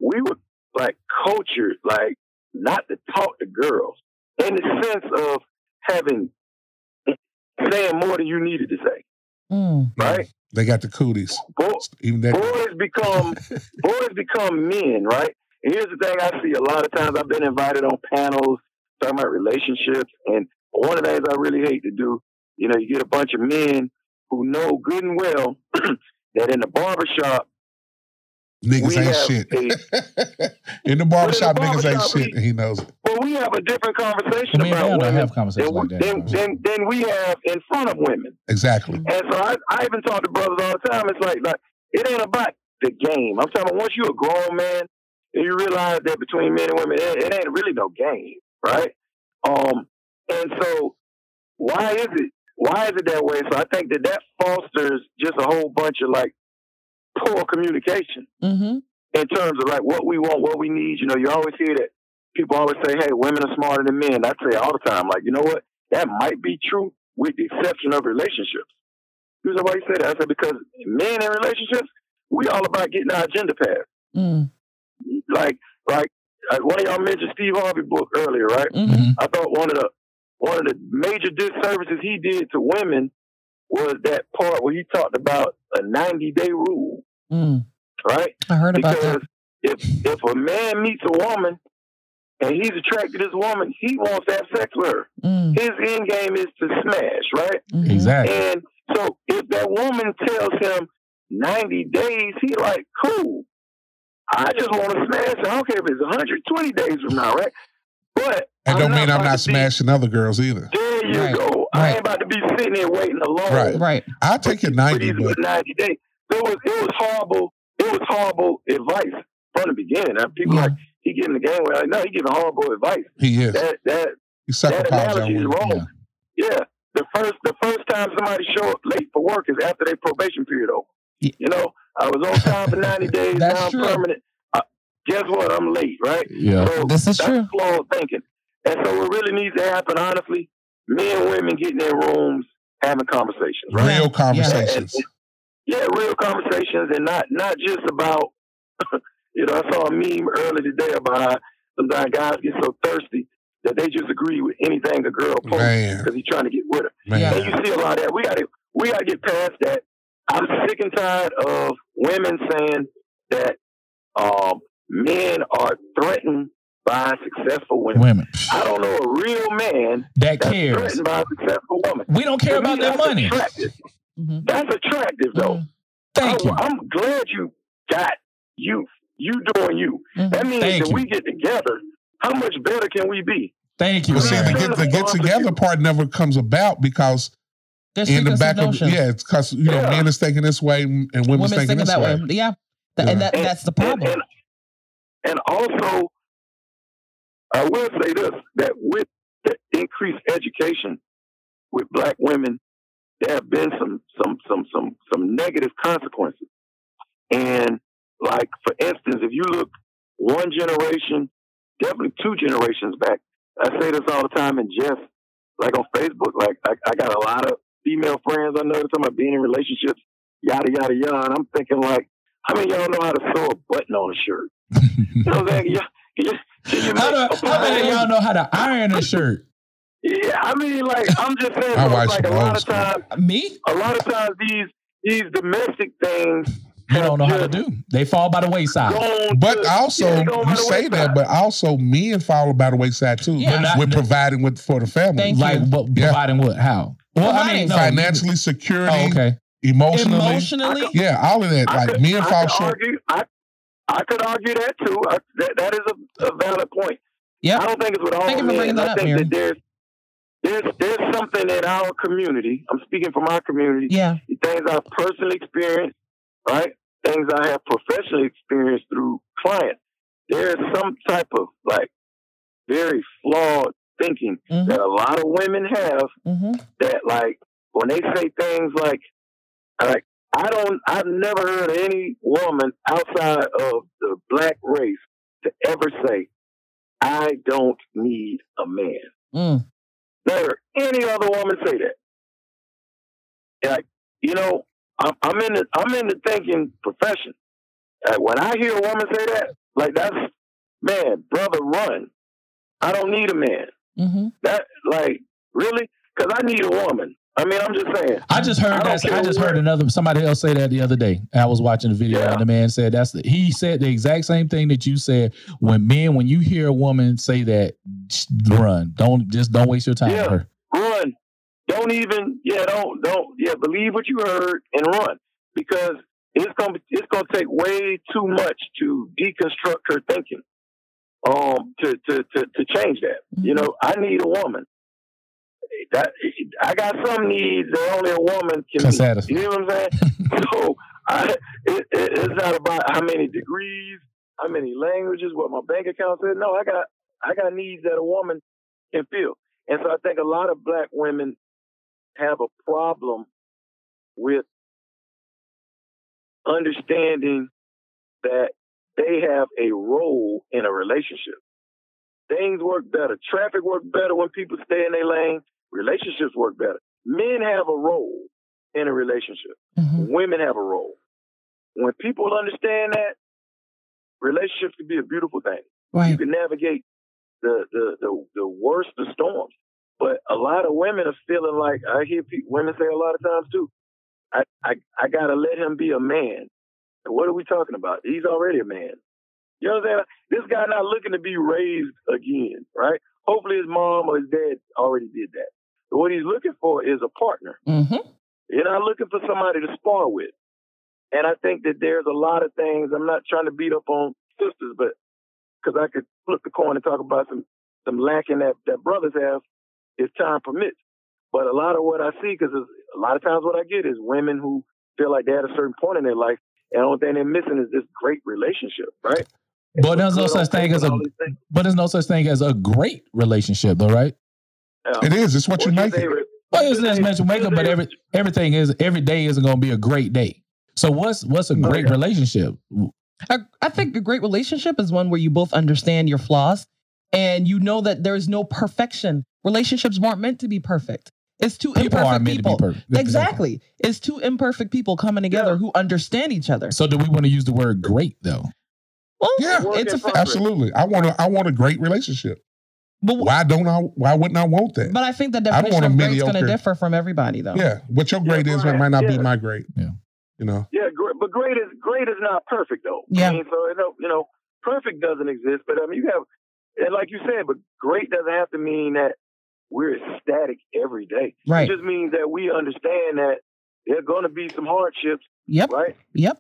we were like cultured like not to talk to girls in the sense of having saying more than you needed to say, right? They got the cooties. Bo- Even that. boys become boys become men, right? And here's the thing I see a lot of times I've been invited on panels talking about relationships and one of the things I really hate to do, you know, you get a bunch of men who know good and well that in the barbershop Niggas We ain't have shit. a- in the barbershop, But in the niggas ain't barbershop, shit. we- He knows it. Well, we have a different conversation I mean, about I don't women have conversations than, like that. than, than, than we have in front of women. Exactly. And so I, I even talk to brothers all the time. It's like, like it ain't about the game. I'm talking about once you're a grown man and you realize that between men and women, it, it ain't really no game, right? Um, and so why is it? Why is it that way? So I think that that fosters just a whole bunch of like poor communication Mm-hmm. in terms of like what we want, what we need. You know, you always hear that people always say, "Hey, women are smarter than men." I say all the time, like, you know what? That might be true, with the exception of relationships. You know why you say that? I said because men in relationships, we all about getting our agenda passed. Mm. Like, like uh, one of y'all mentioned Steve Harvey book earlier, right? Mm-hmm. I thought one of the one of the major disservices he did to women was that part where he talked about a ninety day rule, Mm. right? I heard about because that. if if a man meets a woman and he's attracted to this woman, he wants to have sex with her. Mm. His end game is to smash, right? Mhm. Exactly. And so if that woman tells him ninety days, he like, cool. I just want to smash. I don't care if it's one hundred twenty days from now, right? But That don't mean I'm about not to be- smashing other girls either. There you Right, go. I right. ain't about to be sitting there waiting alone. Right. Right. I'll take your But 90, he's but with 90 days. It was, it was horrible. It was horrible advice from the beginning. And people Yeah. like, he getting the game where like, no, he giving horrible advice. he is. That, that, He sucker that piles on analogy is women. wrong. Yeah. Yeah. The first, the first time somebody show up late for work is after their probation period over. Yeah. You know, I was on time for 90 days, That's now I'm true. permanent. Uh, guess what? I'm late, right? Yeah. So This is that's true. flawed thinking. And so what really needs to happen, honestly, men and women getting in rooms, having conversations, right? Real Yeah. conversations. Yeah, real conversations and not not just about you know, I saw a meme earlier today about how sometimes guys get so thirsty that they just agree with anything a girl posts Man, because he's trying to get with her. And man. you see a lot of that. We gotta we gotta get past that. I'm sick and tired of women saying that um, men are threatened by successful women. Women I don't know a real man that that's cares. threatened by a successful woman. We don't care To me, about their that's money. attractive. Mhm. That's attractive though. Thank I, you. am glad you got you. You doing you. Mhm. That means Thank if you. we get together, how much better can we be? Thank you. But see, the man. get, the get together part never comes about because There's in the back of notion. yeah, it's because you know Yeah. men is thinking this way and women's, Women's thinking, thinking this that way. way. Yeah. Th- And Yeah. that, that's the And, problem. and, and also, I will say this: that with the increased education with black women, there have been some some some some some negative consequences. And like for instance, if you look one generation, definitely two generations back, I say this all the time in jest, like on Facebook. Like I, I got a lot of female friends I know they're talking about being in relationships, yada yada yada. And I'm thinking like, how many of y'all know how to sew a button on a shirt? You know what I'm saying? Yeah. yeah, yeah, How, like, do, how many of y'all know how to iron a shirt? Yeah, I mean, like I'm just saying, My so wife's it's like a from old lot of school. times Me? a lot of times these these domestic things You don't know how to do. They fall by the wayside. don't But do- also, yeah, they go by you the say that, wayside. but also men follow by the wayside too. Yeah. But not- We're providing with for the family, Thank Like, you. but Yeah. providing what? How? Well, I Providing. mean, no, you- financially, security, Oh, okay. emotionally, Emotionally? yeah, all of that. I like could- men I fall could short. Argue, I, I could argue that too. I, that, that is a, a valid point. Yep. I don't think it's with all Thank you for men. bringing that I up, think Mary. that there's there's there's something in our community. I'm speaking from our community. Yeah. Things I've personally experienced, right? Things I have professionally experienced through clients. There's some type of like very flawed thinking Mhm. that a lot of women have hmm that like when they say things like like I don't I've never heard any woman outside of the black race to ever say I don't need a man. Mm. Never any other woman say that. Like you know I'm, I'm in the I'm in the thinking profession. Like, when I hear a woman say that, like that's man, brother, run. I don't need a man. hmm That like really? Because I need a woman. I mean, I'm just saying. I just heard I don't that. care I just what- heard another somebody else say that the other day. I was watching a video Yeah. and the man said that's the, he said the exact same thing that you said. When men, when you hear a woman say that, just run. Don't just don't waste your time with Yeah. her. Run. Don't even. Yeah. Don't. Don't. Yeah. Believe what you heard and run because it's gonna it's gonna take way too much to deconstruct her thinking, um, to to to, to change that. You know, I need a woman. That I got some needs that only a woman can. Can meet. satisfy. You know what I'm saying? so I, it, it, it's not about how many degrees, how many languages, what my bank account says. No, I got I got needs that a woman can feel, and so I think a lot of black women have a problem with understanding that they have a role in a relationship. Things work better. Traffic works better when people stay in their lane. Relationships work better. Men have a role in a relationship Mhm. women have a role. When people understand that, relationships can be a beautiful thing. You Right. can navigate the the the, the worst of storms. But a lot of women are feeling like I hear pe- women say a lot of times too. I I I gotta let him be a man. And what are we talking about? He's already a man. You know what I'm saying? This guy not looking to be raised again, right? Hopefully his mom or his dad already did that. So what he's looking for is a partner. hmm You're not looking for somebody to spar with. And I think that there's a lot of things. I'm not trying to beat up on sisters, but because I could flip the coin and talk about some some lacking that that brothers have, if time permits. But a lot of what I see, because a lot of times what I get is women who feel like they're at a certain point in their life, and the only thing they're missing is this great relationship, right? But there's no Good on such thing as a all these things. but there's no such thing as a great relationship though, right? Yeah. It is. It's what you What's make it. your favorite- Well, it's not mental makeup, but Tuesday- every everything is every day isn't going to be a great day. So what's what's a great yeah. relationship? I, I think a great relationship is one where you both understand your flaws and you know that there's no perfection. Relationships weren't meant to be perfect. It's two People imperfect aren't meant people. to be perfect. Exactly. It's two imperfect people coming together Yeah. who understand each other. So do we want to use the word great though? Well, Yeah. Work it's in a fa- progress. Absolutely. I want to. I want a great relationship. but, Why don't I? Why wouldn't I want that? but I think the don't definition want a of great is going to mediocre- differ from everybody, though. Yeah. What your Yeah, grade is right. might not be Yeah. my grade. Yeah. You know. Yeah, great, but great is great is not perfect though. Yeah. I mean, so you know, you know, perfect doesn't exist. But I mean, you have, and like you said, but great doesn't have to mean that we're ecstatic every day. Right. It just means that we understand that there are going to be some hardships, Yep. right? Yep.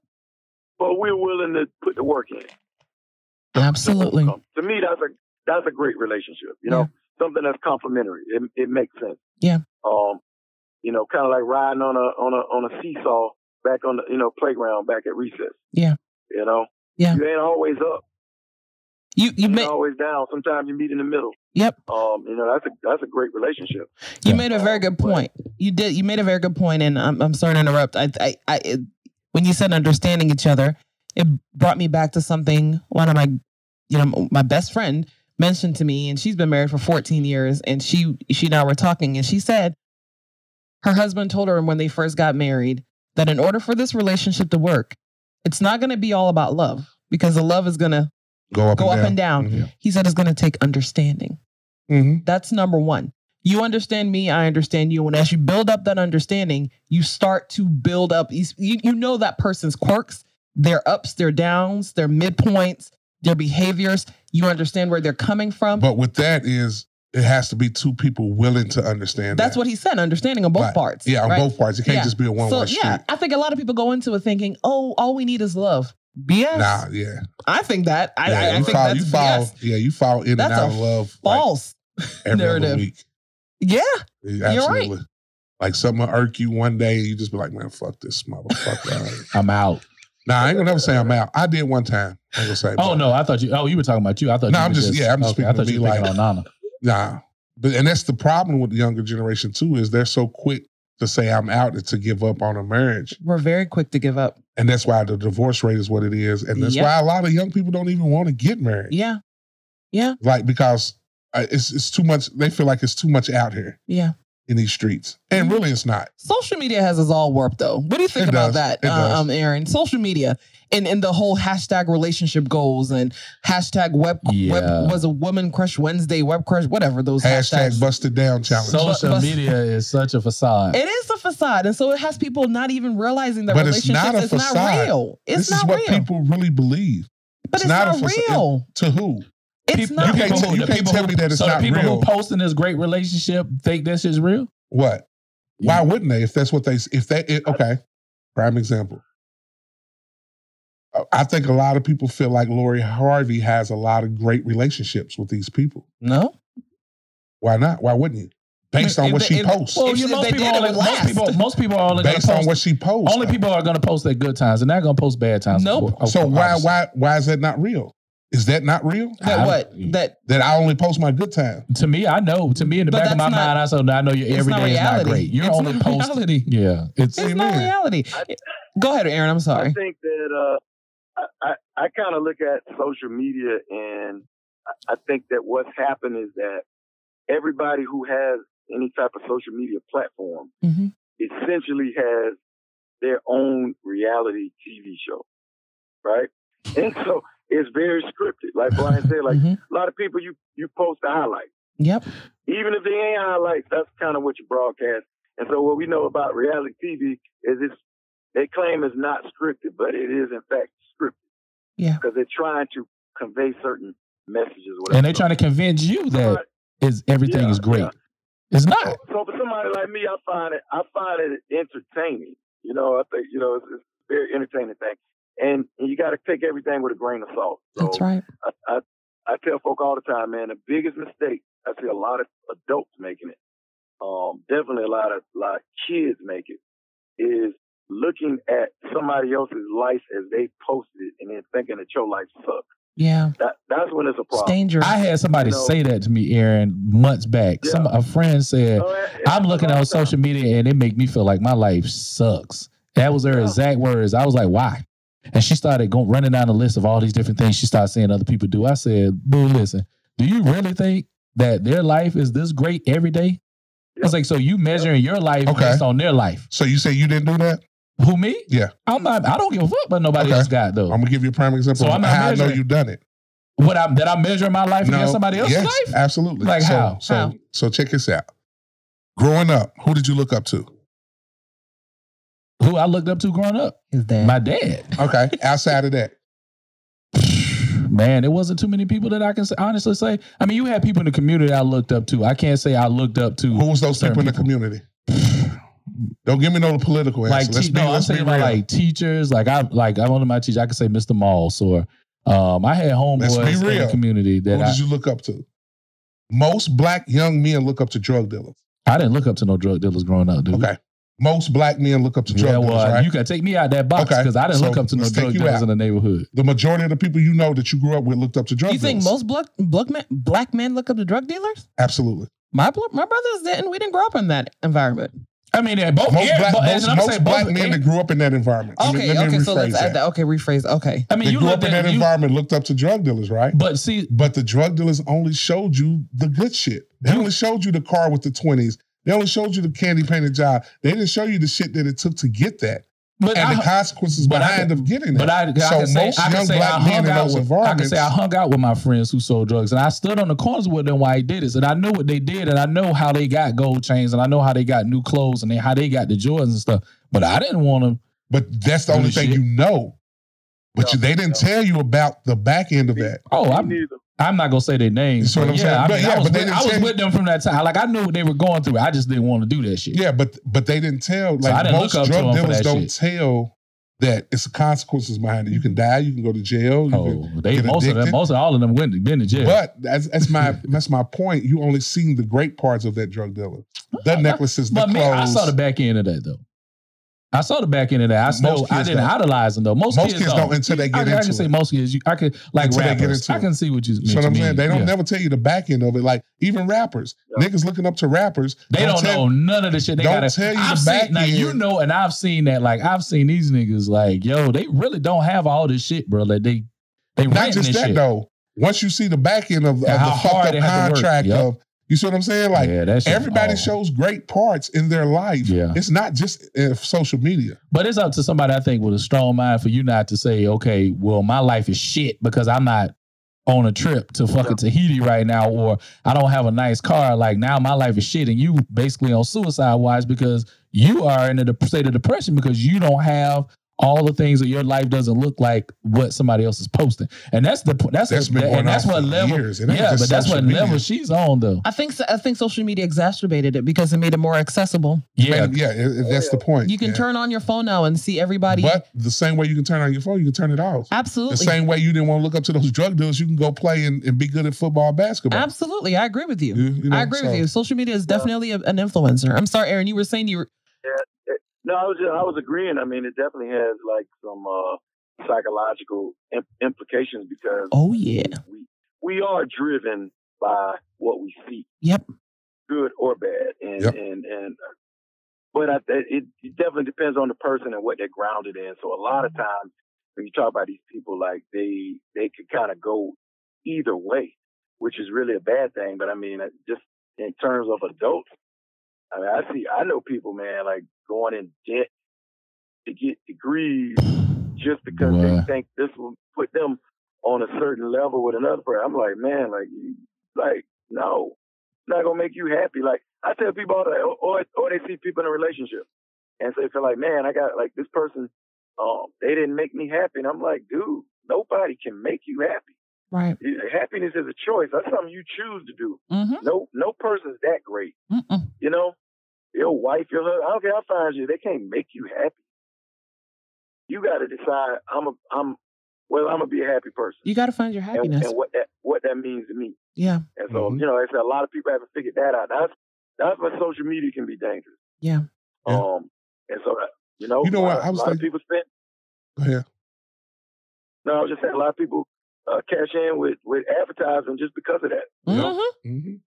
But we're willing to put the work in. to Absolutely. overcome. To me, that's a that's a great relationship. You know, something that's complimentary. It it makes sense. Yeah. Um, you know, kind of like riding on a on a on a seesaw back on the you know playground back at recess. Yeah. You know. Yeah. You ain't always up. You you You're made not always down. Sometimes you meet in the middle. Yep. Um, you know that's a that's a great relationship. You Yeah. made a very good point. You did. You made a very good point, and I'm, I'm sorry to interrupt. I, I, I it, when you said understanding each other, it brought me back to something one of my, you know, my best friend mentioned to me, and she's been married for 14 years, and she, she and I were talking, and she said, her husband told her when they first got married that in order for this relationship to work, it's not going to be all about love because the love is going to Go up. go and up and down. down. He said it's going to take understanding. Mm-hmm. That's number one. You understand me, I understand you. And as you build up that understanding, you start to build up. You, you know that person's quirks, their ups, their downs, their midpoints, their behaviors. You understand where they're coming from. But with that is it has to be two people willing to understand. That's that. what he said, understanding on both Right. parts. Yeah, on right? both parts. It can't Yeah. just be a one So, way yeah, I think a lot of people go into it thinking, oh, all we need is love. BS. street. Nah, yeah. I think that. I, yeah, I, I you think fall, that's you fall, BS. yeah, you fall in That's and out a of love like, False. every other narrative. week. Yeah. Absolutely. right. Like something will irk you one day, and you just be like, man, fuck this motherfucker. I'm out. nah, I ain't gonna never say I'm out. I did one time. I ain't gonna say. Oh but- no, I thought you. Oh, you were talking about you. I thought. No, you I'm were just- yeah, I'm just okay, I speaking thought to you me were picking like- on Nana. Nah, but and that's the problem with the younger generation too is they're so quick to say I'm out and to give up on a marriage, We're very quick to give up. and that's why the divorce rate is what it is, and that's Yeah. why a lot of young people don't even want to get married, Yeah. like because uh, it's it's too much. They feel like it's too much out here Yeah. in these streets, and Mm-hmm. really it's not. Social media has us all warped, though. What do you think It about does. that, It does. um, Aaron? Social media and, and the whole hashtag relationship goals and hashtag web, Yeah. web was a woman crush Wednesday, web crush, whatever those Hashtag hashtags. busted down challenge. Social But- but- media is such a facade. it is a facade, and so it has people not even realizing that But it's relationships not a is not facade. real. It's this not is what real, people really believe. but it's, it's not not, a faca- real. To who? It's People- not you real. can't- who- you the can't people tell who- me that it's so not the people real. who post in this great relationship think that shit's real. What? Why wouldn't they? If that's what they, if they, it, okay. Prime example. I think a lot of people feel like Lori Harvey has a lot of great relationships with these people. No. Why not? Why wouldn't you? Based on If what they- she if- posts. Well, If you she- most they people, did, it only, would most last. people, most people are only going to Based on post. what she posts. only people are going to post their good times. They're not going to post bad times. Nope. Oh, So why obviously. why why is that not real? Is that not real? That I- what? That That I only post my good time. To me, I know. To me, in the But back of my that's not- mind, I so I know your it's every not day is not reality. great. You're It's only not posting. reality. Yeah, it's it's not Amen. reality. Go ahead, Aaron. I'm I sorry. think that uh, I, I, I kind of look at social media and I- I think that what's happened is that everybody who has any type of social media platform Mhm. essentially has their own reality TV show, right? And so it's very scripted. Like Brian said, like Mhm. a lot of people, you, you post the highlights Yep. even if they ain't highlights, that's kind of what you broadcast. And so what we know about reality TV is it's they claim it's not scripted, but it is in fact scripted. Yeah. Because they're trying to convey certain messages. Whatever. and they're trying to convince you that is everything Yeah, is great. yeah. It's not. So, so for somebody like me, I find it I find it entertaining. You know, I think you know it's, it's a very entertaining thing. And, and you got to take everything with a grain of salt. So That's right. I, I I tell folk all the time, man, the biggest mistake I see a lot of adults making it, um, definitely a lot of lot of kids make it, is looking at somebody else's life as they posted it and then thinking that your life sucks. Yeah. That that's when it's a It's problem. dangerous. I had somebody You know- say that to me, Aaron, months back. Yeah. Some a friend said, So, it- it "I'm happens looking all on the time. social media and it make me feel like my life sucks." That was her Yeah. exact words. I was like, "Why?" And she started going running down a list of all these different things she started saying other people do. I said, "Boo, listen. Do you really think that their life is this great every day?" I was like, "So you measuring your life Okay. based on their life? So you say you didn't do that? Who me? Yeah. I'm not. I don't give a fuck about nobody Okay. else got though. I'm gonna give you a prime example So of I'm not how I know measuring. you've done it. what I'm that I measure my life against somebody else's yes, life? Absolutely. Like so, how? So How? so check this out. Growing up, who did you look up to? Who I looked up to growing up? Is that My dad. Okay. Outside of that. Man, there wasn't too many people that I can say, honestly say. I mean, you had people in the community I looked up to. I can't say I looked up to Who was those Certain people in the people. community? Don't give me no political answer. like let's te- be, no. I'm let's be saying real. about like teachers. Like I like I one of my teachers. I could say Mr. Moss or um, I had Let's homeboys be in the real. community that who I, did you look up to? Most black young men look up to drug dealers. I didn't look up to no drug dealers growing up, dude. Okay. Most black men look up to Mm-hmm. drug Yeah, well, dealers, right? you can take me out that box Okay, because I didn't so look up to no let's take drug you dealers out. in the neighborhood. the majority of the people you know that you grew up with looked up to drug you think dealers. most black black men, black men look up to drug dealers? Absolutely. My bl- my brothers didn't. We didn't grow up in that environment. I mean, yeah, both Most yeah, black, but- and most, I'm most saying both- eh? black men that grew up in that environment. Let me- Okay, let me okay, so rephrase let's add that. Okay, rephrase. Okay, I mean, They you grew looked up in at that you, environment, looked up to drug dealers, right? but see, But the drug dealers only showed you the good shit. They You- only showed you the car with the 20s. They only showed you the candy painted job. They didn't show you the shit that it took to get that but and I, the consequences but I behind could- of getting But that. I, I can so say, most I can young say I black men hung in out those with, I can environments. say I hung out with my friends who sold drugs, and I stood on the corners with them while they did this, and I knew what they did, and I know how they got gold chains, and I know how they got new clothes, and they, how they got the Jordans and stuff. But I didn't want them. but that's the Really only thing shit. you know. But Yeah, you, they didn't yeah. tell you about the back end of that. Oh, Me I'm, neither. I'm not gonna say their You names. see what but I'm yeah, saying? I, But mean, I yeah, was, but they with, didn't I was tell you- with them from that time. Like I knew what they were going through. I just didn't want to do that shit. Yeah, but but they didn't tell. So I Like didn't most look up to drug 'em for dealers that don't shit. tell that it's the consequences behind it. You can die. You can go to jail. You Oh, they get most of them, addicted. most of all of them went been to can, jail. But that's, that's my that's my point. You only seen the great parts of that drug dealer. The necklaces, the But clothes. man, I saw the back end of that though. I saw the back end of that. I still, Most I kids didn't don't. idolize them though. Most, Most kids don't until they I- get I, into can say it. most kids. You, I could like Until they get rappers. into I it. can see what you. You know what I'm mean. saying? They don't Yeah. never tell you the back end of it. Like even rappers, Yeah. niggas looking up to rappers. They don't, tell- know none of the shit. They don't gotta, tell you the I've back seen, now you end. know, and I've seen that. Like I've seen these niggas. Like yo, they really don't have all this shit, bro. Like they, they Not renting just this that shit. though. Once you see the back end of, of the how hard fucked they up had to work. contract Yep. of, you see what I'm saying? Like yeah, that shit- everybody oh. shows great parts in their life. Yeah. It's not just uh, social media. But it's up to somebody, I think, with a strong mind for you not to say, okay, well, my life is shit because I'm not on a trip to fucking Tahiti right now, or I don't have a nice car. Like now my life is shit. And you basically on suicide wise because you are in a dep- state of depression because you don't have all the things that your life doesn't look like what somebody else is posting. And that's the po- that's That's been that- going and that's on what for level years. It ain't yeah, just but that's social what media. level she's on though. I think so, I think social media exacerbated it because it made it more accessible. Yeah, Man, yeah, it- it- that's the point. You can yeah. turn on your phone now and see everybody. But the same way you can turn on your phone, you can turn it off. Absolutely. The same way you didn't want to look up to those drug dealers, you can go play and, and be good at football, basketball. Absolutely. I agree with you. You- you know, I agree so- with you. Social media is Yeah. definitely a, an influencer. I'm sorry, Aaron. You were saying you were. No, I was just, I was agreeing. I mean, it definitely has like some uh, psychological imp- implications because Oh yeah. we we are driven by what we see. Yep. Good or bad, and Yep. and and. But I, it, it definitely depends on the person and what they're grounded in. So a lot of times when you talk about these people, like they they could kind of go either way, which is really a bad thing. But I mean, uh, just in terms of adults, I mean, I see I know people, man, like going in debt to get degrees just because they Wow. think this will put them on a certain level with another person. I'm like, man, like, you- like no, it's not gonna make you happy. Like I tell people, all the time, or or they see people in a relationship, and so they feel like, man, I got like this person, um, they didn't make me happy, and I'm like, dude, nobody can make you happy. Right. You- Happiness is a choice. That's something you choose to do. Mm-hmm. No, no person's that great. Mm-mm. You know, your wife, your husband, I don't care how fine you, they can't make you happy. You got to decide. I'm a, I'm, well, I'm gonna be a happy person, You got to find your and, happiness. Mm-hmm. and what that what that means to me. yeah. And so, Mhm. you know, I said a lot of people haven't figured that out. That's that's why social media can be dangerous. Yeah. Yeah. Um, and so, uh, you know, You know a what? lot, of- I was a lot of like- people spend. Go ahead. No, I was just saying a lot of people uh, cash in with with advertising just because of that. Yep. Mm-hmm. Mhm.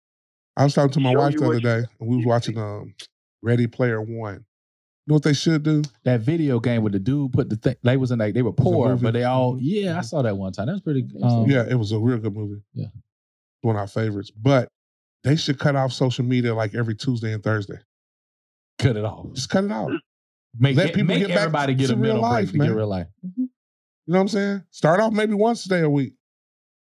I was talking to my Show wife you the other what day, and we was you watching see. um, Ready Player One. You know what they should do? that video game with the dude put the thing. They was in like they were was a poor, movie. but they all Mhm. yeah. I Mhm. saw that one time. That was pretty. Um, Yeah, it was a real good movie. Yeah. One of our favorites. But they should cut off social media like every Tuesday and Thursday. cut it off. Just cut it off. Make Let it- people make get back everybody get to a real mental life, break to man. get real life. You know what I'm saying? Start off maybe once a day a week.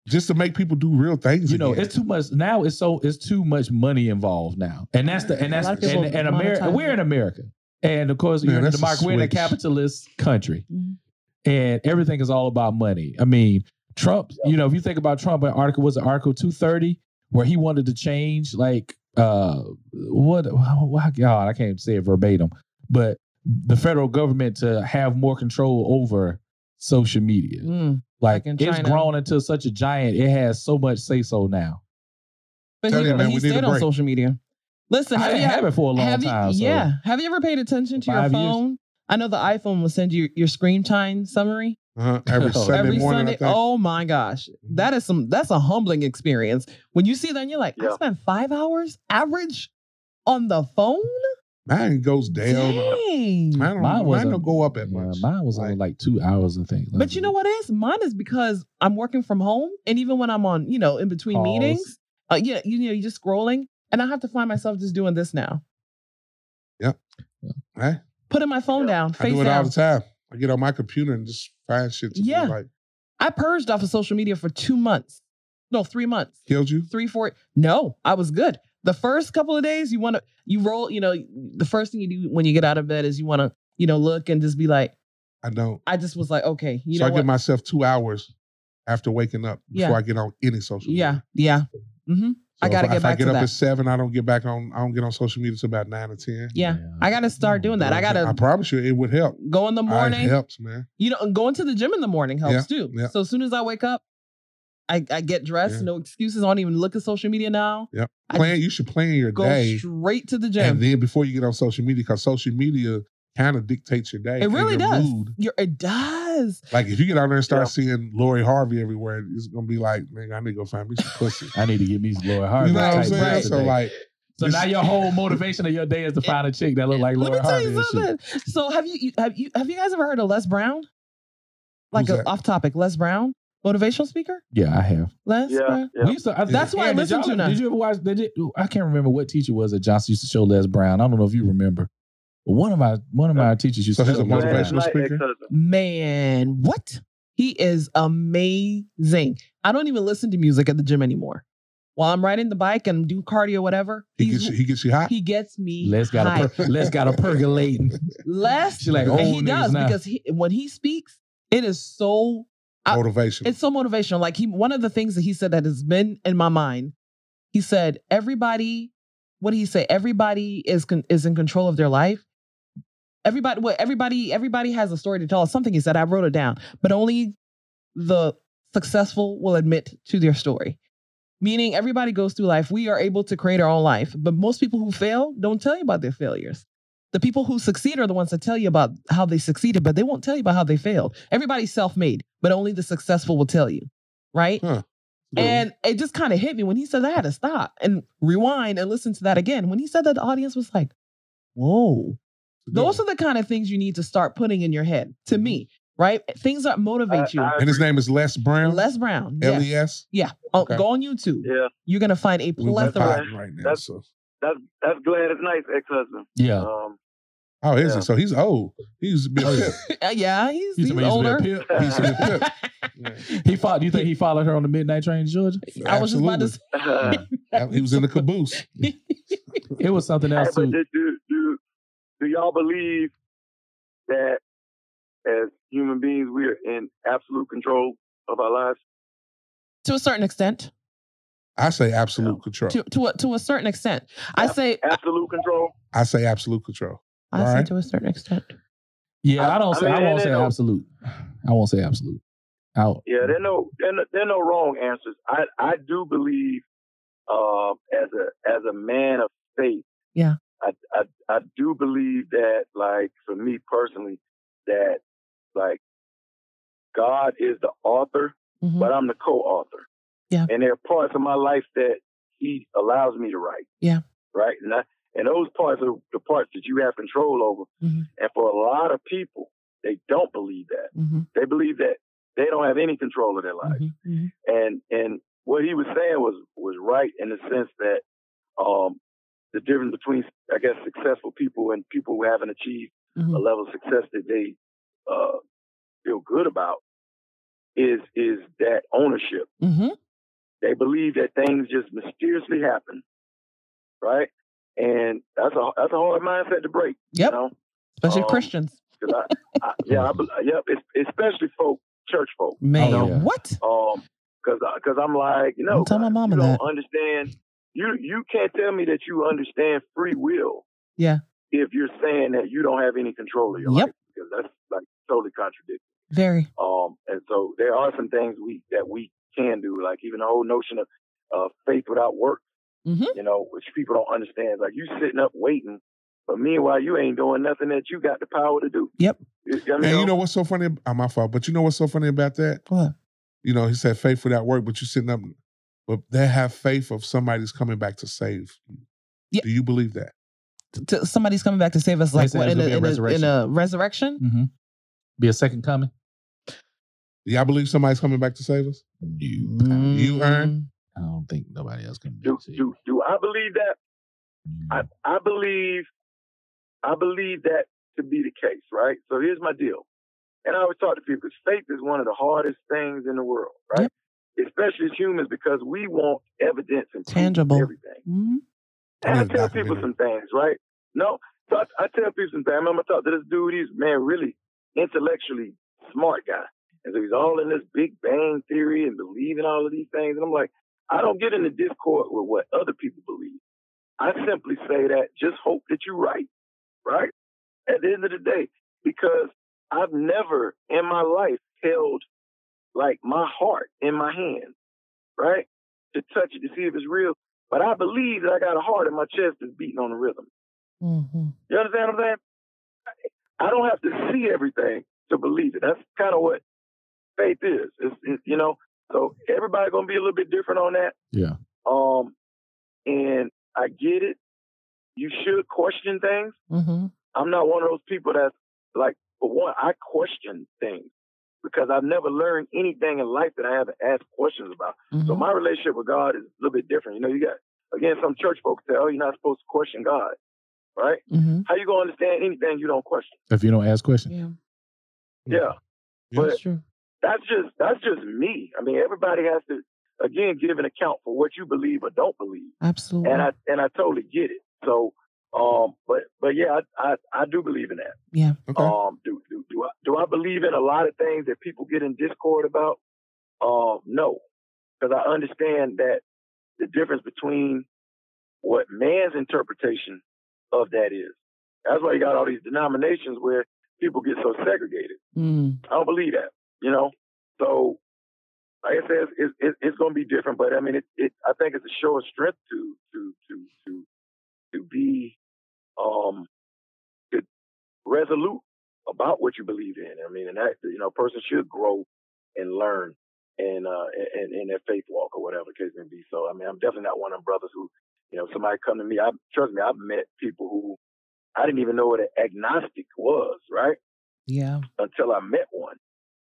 Just to make people do real things. you know again. it's too much now it's so it's too much money involved now and that's the and A that's lot of and, people and america monetize we're in it. america and of course Man, you're in that's the a market we're in a switch. capitalist country Mhm. and everything is all about money i mean trump you know if you think about trump an article was it article 230 where he wanted to change like uh what wow, god i can't say it verbatim but the federal government to have more control over social media Mm. Like like, in it's China. grown into such a giant it has so much say so now But Tell he, you, he man, we need a stayed on break. social media. Listen, I have didn't you, have it for a long have you- time. so- yeah. Have you ever paid attention to your Five years. phone? I know the iPhone will send you your screen time summary Uh-huh. every Oh. Sunday every morning. Sunday. I think. Mm-hmm. Oh my gosh, that is some. That's a humbling experience when you see that. and You're like, I Yeah. spent five hours average on the phone. Mine goes down. Dang. Mine don't, Mine mine wasn't- don't go up that Yeah, much. mine was only Like- like two hours, I think. But you know what is? Mine is because I'm working from home, and even when I'm on, you know, in between Calls. meetings, uh, yeah, you know, you're just scrolling, and I have to find myself just doing this now, Right? putting my phone Yeah. down, I face do it all down. the time. I get on my computer and just find shit. To do, Yeah. like I purged off of social media for two months, no, three months, killed you. three, four. No, I was good. The first couple of days, you want to, you roll, you know, the first thing you do when you get out of bed is you want to, you know, look and just be like, I don't. I just was like, okay, you so I know what? give myself two hours after waking up Yeah. before I get on any social. yeah, media. yeah, mm-hmm. So I gotta if, get if I back get to up that. at seven, I don't get back on. I don't get on social media until about nine or ten. yeah. I gotta start doing that. I gotta I promise you, it would help. go in the Ah, It morning. helps, man. you know, and going to the gym in the morning helps too. yeah. So as soon as I wake up, I, I get dressed, Yeah. no excuses. I don't even look at social media now. I Plan. You should plan your Go day, straight to the and gym. then before you get on social media, because social media kind of dictates your day. It and really your does. mood. You're, it does. Like if you get out there and start Yeah. seeing Lori Harvey everywhere, it's gonna be like, nigga, I need to go find me some pussy. I need to get me some Laura Harvey. you know what I'm type saying? bitch right. So today. like, So this- now your whole motivation of your day is to find a chick that look like Let me Laura tell Harvey. you and shit. something. So have you, you have you have you guys ever heard of Les Brown? Like Who's a, that? off topic, Les Brown, motivational speaker. Yeah, I have. Les Yeah, Brown. yeah. We used to, I, uh, That's why I Aaron, did listen y'all- to now. Did you ever watch? Did you, I can't remember what teacher it was that Johnson used to show Les Brown. I don't know if you remember. But one of my one of my teachers used So to. he's show a Les Brown. motivational speaker? Man, what? He is amazing. I don't even listen to music at the gym anymore. while I'm riding the bike and do cardio, whatever, He he's- gets you, he gets you hot. he gets me. Les got hyped. a per- Les got a percolating. less She like, and oh, he does now. because he, when he speaks it is so I- Motivation. it's so motivational like he one of the things that he said that has been in my mind he said everybody what did he say everybody is con- is in control of their life everybody what everybody everybody has a story to tell something he said i wrote it down but only the successful will admit to their story meaning everybody goes through life we are able to create our own life but most people who fail don't tell you about their failures the people who succeed are the ones that tell you about how they succeeded but they won't tell you about how they failed everybody's self-made but only the successful will tell you right Huh. and it just kind of hit me when he said I had to stop and rewind and listen to that again. When he said that, the audience was like, whoa. Those are the kind of things you need to start putting in your head, to me, right? Things that motivate you. I- and his name is Les Brown. Les Brown. L Yes. E S. Yeah. Oh, Okay. Go on YouTube. Yeah, You're going to find a We went plethora. potting right now. That's- So. that's that's Gladys Knight's ex-husband. Yeah. Um, Oh, is Yeah. Oh, he? So he's old. He used to be a pimp. Uh, yeah, he's, he's, He's somebody used to older. be a pimp. He used to be a pimp. He followed. You think he followed her on the midnight train to Georgia? I was just about to say, Yeah. He was in the caboose. It was something Hey, else but too. do, do, do, do y'all believe that as human beings we are in absolute control of our lives? to a certain extent, I say absolute control. to, to, a, to a certain extent. I Yeah. say, Absolute control. I say absolute control. I say Alright. to a certain extent. Yeah, I don't I say. I mean, won't they say don't- absolute. I won't say absolute. Out. Yeah, there no there no, there no wrong answers. I I do believe uh, as a as a man of faith. Yeah. I, I I do believe that like for me personally that like God is the author Mhm. but I'm the co-author. Yeah. And there are parts of my life that he allows me to write. Yeah. Right. And I, and those parts are the parts that you have control over. Mhm. And for a lot of people, they don't believe that. Mhm. They believe that they don't have any control of their life. Mhm. Mhm. And and what he was saying was was right in the sense that um the difference between I guess successful people and people who haven't achieved Mhm. a level of success that they uh, feel good about is is that ownership. Mhm. They believe that things just mysteriously happen, right? And that's a that's a hard mindset to break. Yep. You know? Especially Um, Oh, Christians. 'Cause I, I, yeah, I, bel- yep, es- especially folk, church folk. Man, yeah. what? Um, cause, I- cause I'm like, you know, Don't tell my guys, mama you don't that. understand. You you can't tell me that you understand free will. Yeah. If you're saying that you don't have any control of your Yep. life, because that's like totally contradictory. Very. Um, and so there are some things we that we can do, like even the whole notion of uh, faith without work. Mhm. You know, which people don't understand. Like you sitting up waiting, but meanwhile you ain't doing nothing that you got the power to do. Yep. You, I mean, And you know what's so funny? Oh, my fault. But you know what's so funny about that? What? You know, he said faith without work, but you sitting up. But they have faith of somebody's coming back to save. you. Yeah. Do you believe that? to, somebody's coming back to save us, They like said what, it's in, a, gonna be in, a, a in resurrection. a resurrection? Mm-hmm. Be a second coming. Do y'all believe somebody's coming back to save us? Mm-hmm. Mm-hmm. You earn? I don't think nobody else can do, do do I believe that? I I believe I believe that to be the case, right? So here's my deal. And I always talk to people, faith is one of the hardest things in the world, right? Especially as humans because we want evidence and proof of Tangible. everything. Mhm. And Yeah, I tell people documentary. some things, right? No, so I, I tell people some things. I remember I talked to this dude. He's man, really intellectually smart guy, and so he's all in this Big Bang theory and believing all of these things. And I'm like, I don't get into discord with what other people believe. I simply say that just hope that you're right, right? At the end of the day, because I've never in my life held like my heart in my hand, right? To touch it to see if it's real. But I believe that I got a heart in my chest that's beating on the rhythm. Mhm. You understand what I'm saying? I don't have to see everything to believe it. That's kind of what faith is. It's, it's, you know, so everybody gonna be a little bit different on that. Yeah. Um, and I get it. You should question things. Mhm. I'm not one of those people that's like, for one, I question things because I've never learned anything in life that I haven't asked questions about. So Mhm. my relationship with God is a little bit different. You know, you got again some church folks say, "Oh, you're not supposed to question God," right? Mhm. How you gonna understand anything you don't question? If you don't ask questions. Yeah, Yeah. Yeah, Yeah. but that's true. that's just that's just me. I mean, everybody has to again, give an account for what you believe or don't believe. Absolutely. And I and I totally get it. So, um, but but yeah, I I, I do believe in that. yeah. Okay. Um, do do do I do I believe in a lot of things that people get in discord about? Um, no, because I understand that the difference between what man's interpretation of that is. That's why you got all these denominations where people get so segregated. Mm. I don't believe that. You know, so like I said, it's it's, it's going to be different. But I mean, it, it I think it's a show of strength to to to to to be um to resolute about what you believe in. I mean, and that you know, a person should grow and learn and uh and in their faith walk or whatever the case may be. So I mean, I'm definitely not one of them brothers who you know somebody come to me. I trust me, I've met people who I didn't even know what an agnostic was, right? Yeah. until I met one.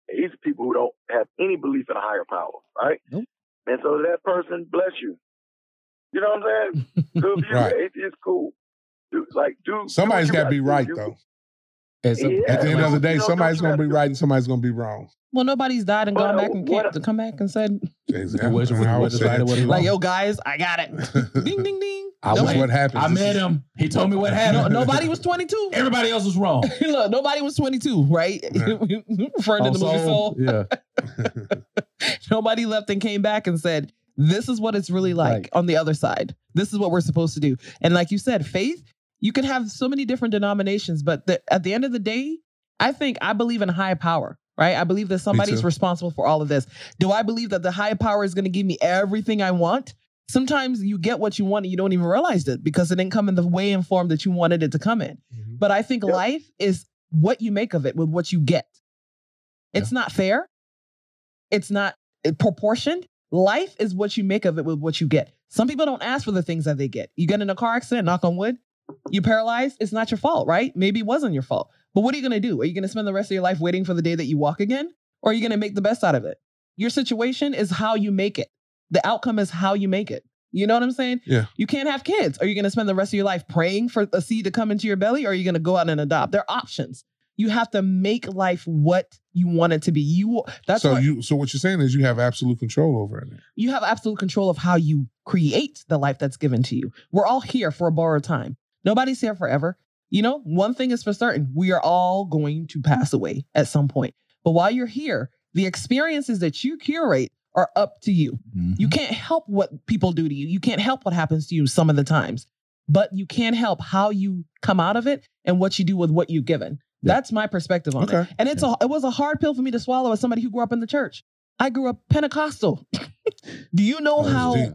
And These are people who don't have any belief in a higher power, right? Nope. And so that person, bless you. You know what I'm saying? so if you're Right. atheist, cool. Dude, like, dude, Somebody's got to be right, you, though. As a- Yeah. At the end of the well, day, you know, somebody's don't you going to be gotta- right and somebody's going to be wrong. Well, nobody's died and gone But, uh, back and what came, a- come back and said, Exactly. Which- And I which was is right, saying what is too like, wrong? yo, guys, I got it. ding, ding, ding. I That's was- Nobody, what happens. I met him. He told me what no, happened. nobody was 22. Everybody else was wrong. Look, nobody was 22, right? Yeah. Referring to the movie Soul. yeah. Nobody left and came back and said, This is what it's really like Right. on the other side. This is what we're supposed to do. And like you said, faith, you can have so many different denominations, but the, at the end of the day, I think I believe in high power, right? I believe that somebody's too. responsible for all of this. Do I believe that the high power is going to give me everything I want? Sometimes you get what you want and you don't even realize it because it didn't come in the way and form that you wanted it to come in. Mhm. But I think Yep. life is what you make of it with what you get. It's not fair. It's not uh, proportioned. Life is what you make of it with what you get. Some people don't ask for the things that they get. You get in a car accident, knock on wood, you paralyzed, it's not your fault, right? Maybe it wasn't your fault. But what are you going to do? Are you going to spend the rest of your life waiting for the day that you walk again? Or are you going to make the best out of it? Your situation is how you make it. The outcome is how you make it. You know what I'm saying? Yeah. You can't have kids. Are you going to spend the rest of your life praying for a seed to come into your belly? Or are you going to go out and adopt? There are options. You have to make life what you want it to be. You that's so what, you so what you're saying is you have absolute control over it. you have absolute control of how you create the life that's given to you. We're all here for a borrowed time. Nobody's here forever. You know, one thing is for certain we are all going to pass away at some point. But while you're here, the experiences that you curate are up to you. Mm-hmm. You can't help what people do to you. You can't help what happens to you some of the times, but you can help how you come out of it and what you do with what you're given. Yeah. That's my perspective on it. Okay. And it's a it was a hard pill for me to swallow as somebody who grew up in the church. I grew up Pentecostal. do you know That is how deep.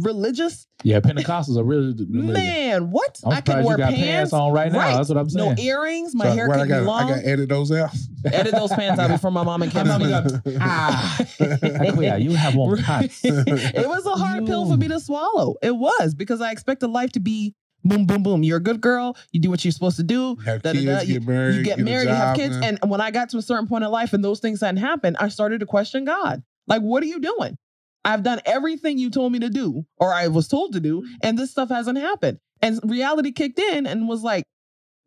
religious? yeah, Pentecostals are really religious. Man, what? I'm I could surprised wear you got pants. pants, on right now. Right. That's what I'm No saying. earrings, my So, hair what, I could be got I long. got to edit those out. Edit those pants out before my mom and Kim. I'm not see. gonna- Ah. I quit. You have one hot. it was a hard pill for me to swallow. It was because I expected life to be boom, boom, boom. You're a good girl. You do what you're supposed to do. have Da, da, kids, da. get married, you get, a married, you have job, kids. man. And when I got to a certain point in life and those things hadn't happened, I started to question God. Like, what are you doing? I've done everything you told me to do, or I was told to do, and this stuff hasn't happened. And reality kicked in and was like,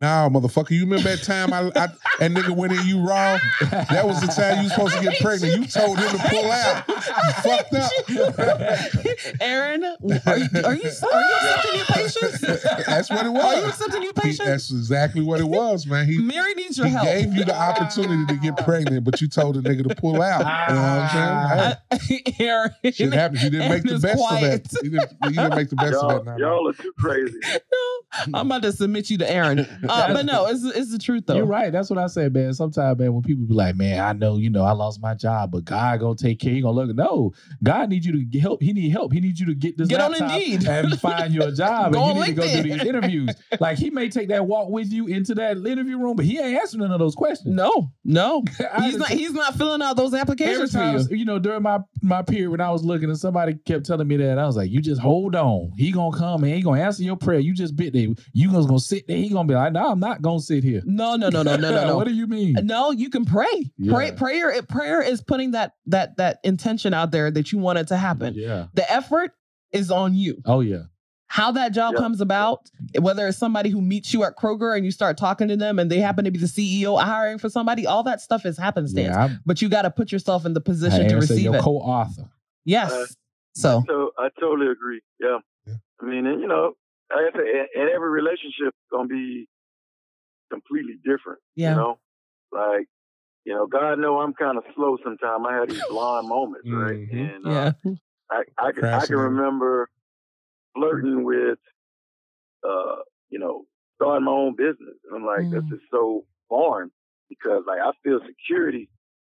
Nah, motherfucker, you remember that time I, I that nigga went in you raw? That was the time you was supposed to get pregnant. You told him to pull out. You fucked up. Aaron, are you, are you, are you accepting new patients? That's what it Are you was. accepting new He- patients? that's exactly what it was, man. He, Mary needs your he help. gave you the opportunity to get pregnant, but you told the nigga to pull out. You know what I'm saying? Hey, I- Aaron, shit happens. You didn't and make the it's best quiet. of that. You didn't, you didn't make the best of Y'all, that. Nah, nah. y'all are too crazy. I'm about to submit you to Aaron. Uh, but no, it's, it's the truth though. You're right. That's what I say, man. Sometimes, man, when people be like, "Man, I know, you know, I lost my job, but God gonna take care. He gonna look. No, God needs you to get help. He need help. He needs you to get this Get on laptop Indeed. and find your job. Go and you on need to go do LinkedIn. these interviews. like he may take that walk with you into that interview room, but he ain't answering none of those questions. No, no, I he's done not. took- He's not filling out those Every applications for time, you. you know, during my my period when I was looking and somebody kept telling me that, I was like, "You just hold on. He gonna come and he gonna answer your prayer. You just bit there. You just gonna sit there. He gonna be like, "No, I'm not gonna sit here." No, no, no, no, no, no, what no. do you mean? No, you can pray. Pray, Yeah. prayer. It, prayer is putting that that that intention out there that you want it to happen. Yeah. The effort is on you. Oh yeah. How that job Yeah. comes about, whether it's somebody who meets you at Kroger and you start talking to them, and they happen to be the CEO hiring for somebody, all that stuff is happenstance. Yeah. I'm, But you got to put yourself in the I position to answer receive your it. co-author. Yes. Uh, So So I totally agree. Yeah. Yeah. I mean, and, you know, like I said, and, and every relationship gonna be completely different. Yeah. You know, like you know, God know I'm kind of slow sometimes. I had these blind moments, right? Mhm. And uh, yeah, I I can, I can Fascinating. remember flirting with, uh, you know, starting my own business. And I'm like, Mm. this is so foreign because like I feel security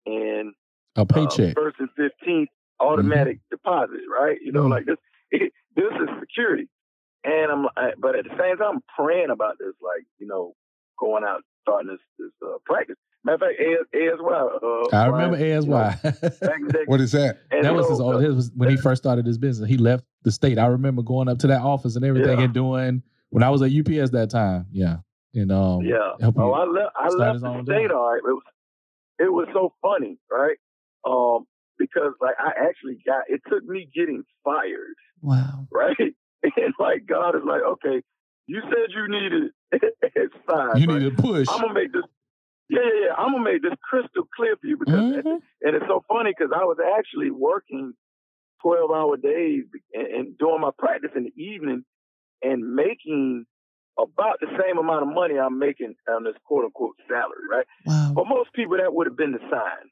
in A uh, paycheck. Mm-hmm. first and fifteenth automatic deposit, right? You know, Mhm. like this. this is security, and I'm. I, but at the same time, I'm praying about this, like you know, going out starting this this uh, practice. Matter of fact, AS, well. Uh, I remember Brian, you know, ASY. back in the day. What is that? And That was so, his, old, his was when he first started his business. He left the state. I remember going up to that office and everything Yeah. and doing when I was at UPS that time. Yeah, and um, Yeah. help you. Oh, I left. I start left his the own state. job. All right. It was. It was so funny, right? Um, because like I actually got. It took me getting fired, wow, right? And like God is like, okay, you said you needed. It's fine. you but need to push. I'm gonna make this. Yeah, yeah, yeah. I'm gonna make this crystal clear for you because, Hmm? Mhm. and it's so funny because I was actually working twelve hour days and, and doing my practice in the evening and making about the same amount of money I'm making on this quote unquote salary, right? wow, Oh. For most people, that would have been the sign,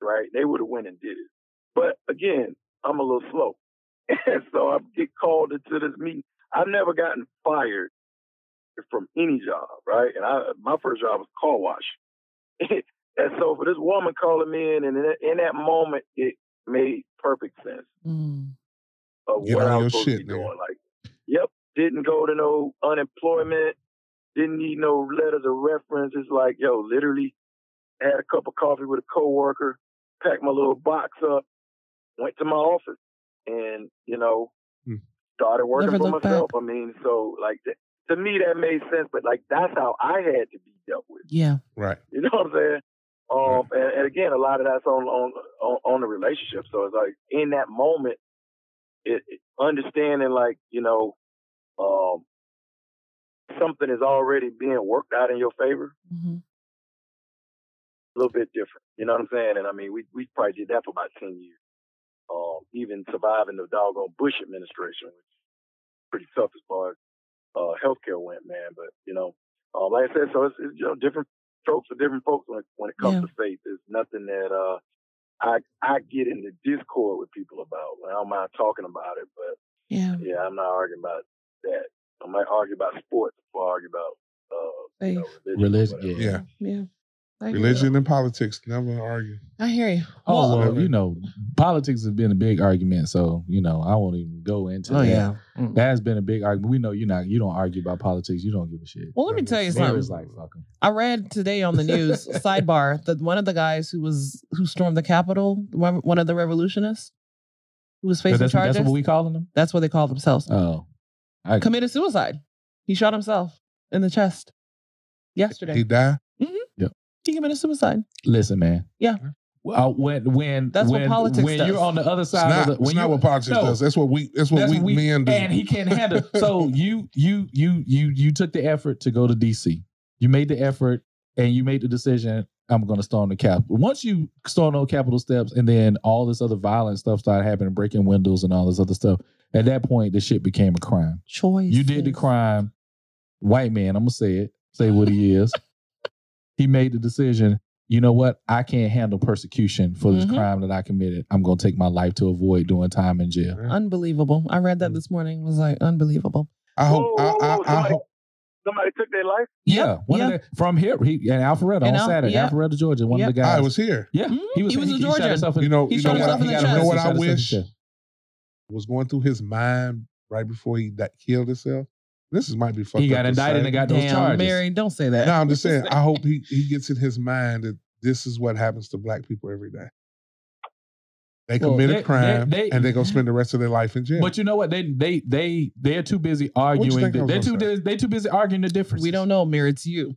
right? They would have went and did it. But again, I'm a little slow, and so I get called into this meeting. I've never gotten fired from any job, right? And I, my first job was car wash, and so for this woman calling me in, and in that, in that moment, it made perfect sense Mm. of Get what on I your was supposed shit, to be nigga. doing. Like, yep, didn't go to no unemployment, didn't need no letters of reference. It's like, yo, literally had a cup of coffee with a coworker, packed my little box up, went to my office, and you know, Hmm. started working Never for looked myself. I mean, so like th- to me that made sense, but like that's how I had to be dealt with. yeah, Right. You know what I'm saying? Um, and, and again, a lot of that's on on on, on the relationship. So it's like in that moment, it, it- understanding like you know, um, something is already being worked out in your favor. Mhm. A little bit different. You know what I'm saying? And I mean, we we probably did that for about ten years. Um, even surviving the doggone Bush administration, which is pretty tough as far as uh, healthcare went, man. But you know, uh, like I said, so it's, it's you know different strokes for different folks when it, when it comes Yeah. to faith. There's nothing that uh, I I get into discord with people about. I don't mind talking about it, but yeah, yeah, I'm not arguing about that. I might argue about sports or argue about uh, you know, religion. or Religion, whatever. yeah. Yeah. yeah. I hear you. Religion and politics never argue. I hear you. Oh Well- well, you know, politics has been a big argument, so you know I won't even go into. oh that. yeah. Mm. that has been a big argument. We know you're not, you don't argue about politics. You don't give a shit. Well, let me tell you Mary's something. like, fuck 'em. I read today on the news sidebar that one of the guys who was who stormed the Capitol, one one of the revolutionists, who was facing That's, charges. that's what we calling them. that's what they call themselves. Oh, I, committed suicide. He shot himself in the chest yesterday. He die. He committed suicide. listen, man. Yeah. Well, uh, when when That's what when, politics when does. you're on the other It's side not, of the it's when not you what politics no. does. That's what we. That's what That's we what we- men do. and he can't handle. so you you you you you took the effort to go to DC. You made the effort and you made the decision. I'm going to storm the Capitol. Once you storm on Capitol steps, and then all this other violent stuff started happening, breaking windows and all this other stuff. At that point, the shit became a crime. Choice. You did the crime. White man, I'm gonna say it, say what he is. he made the decision. You know what? I can't handle persecution for this Mhm. crime that I committed. I'm gonna take my life to avoid doing time in jail. Unbelievable. I read Mm. that this morning. Was like unbelievable. I hope. Whoa, whoa, I, whoa, I, I somebody- hope. Somebody took their life. Yeah, one yeah. Of the, from here he, and Alpharetta And on Al- Saturday, yeah. Alpharetta, Georgia. One of the guys. I was here. yeah, Mhm. he was. He was a he, shot Georgian. himself in- You know. He You shot know what? himself I, in the you know chest. what He I shot himself in the wish chest. was going through his mind right before he that killed himself. This is might be fucked He got up to indicted say. and got those Damn, charges. Mary, don't say that. No, I'm just saying. I hope he, he gets in his mind that this is what happens to black people every day. They Well, commit they- a crime they- they- and they go spend the rest of their life in jail. But you know what? They they they they're too busy you arguing. think I the- was They're too gonna say? they too busy arguing the difference. we don't know, Mary. It's you.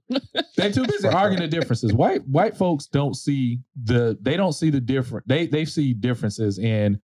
They too busy Right, arguing right. the differences. White white folks don't see the they don't see the different they they see differences in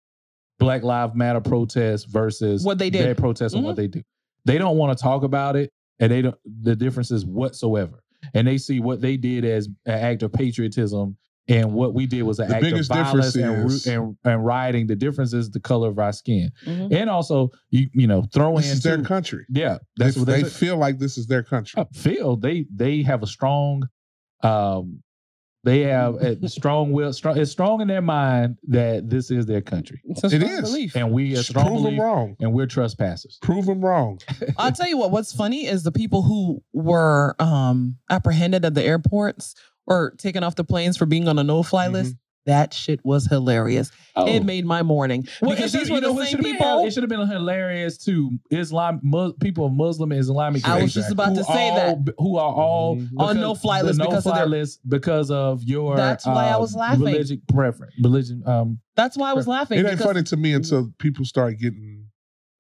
Black Lives Matter protests versus What they their did. Mm-hmm. protests and what they do. They don't want to talk about it and they don't the differences whatsoever. And they see what they did as an act of patriotism And what we did was an The act of biggest violence and, difference ru- and, and rioting. The difference is the color of our skin. Mhm. And also, you you know, throw This in is their too- country. yeah, that's they what they, Oh, they feel like this is their country. I feel they they have a strong um they have a strong will strong it's strong in their mind that this is their country It's a It strong is. belief. and we a Just strong Prove them belief wrong. and we're trespassers Prove them wrong. I'll tell you what. What's funny is the people who were um, apprehended at the airports or taken off the planes for being on a no-fly Mm-hmm. list. That shit was hilarious. oh. It made my morning. Well, because it these should- were you know the what, it same should have people. been, it should have been hilarious to Islam mu- people of Muslim and Islamic I was race just Exactly. about to who say all- that. who are all Mhm. On because- no-fly the list because of no-fly their- list because of your That's why I um, was laughing. religion preference religion um That's why I was laughing. It ain't because- funny to me until people start getting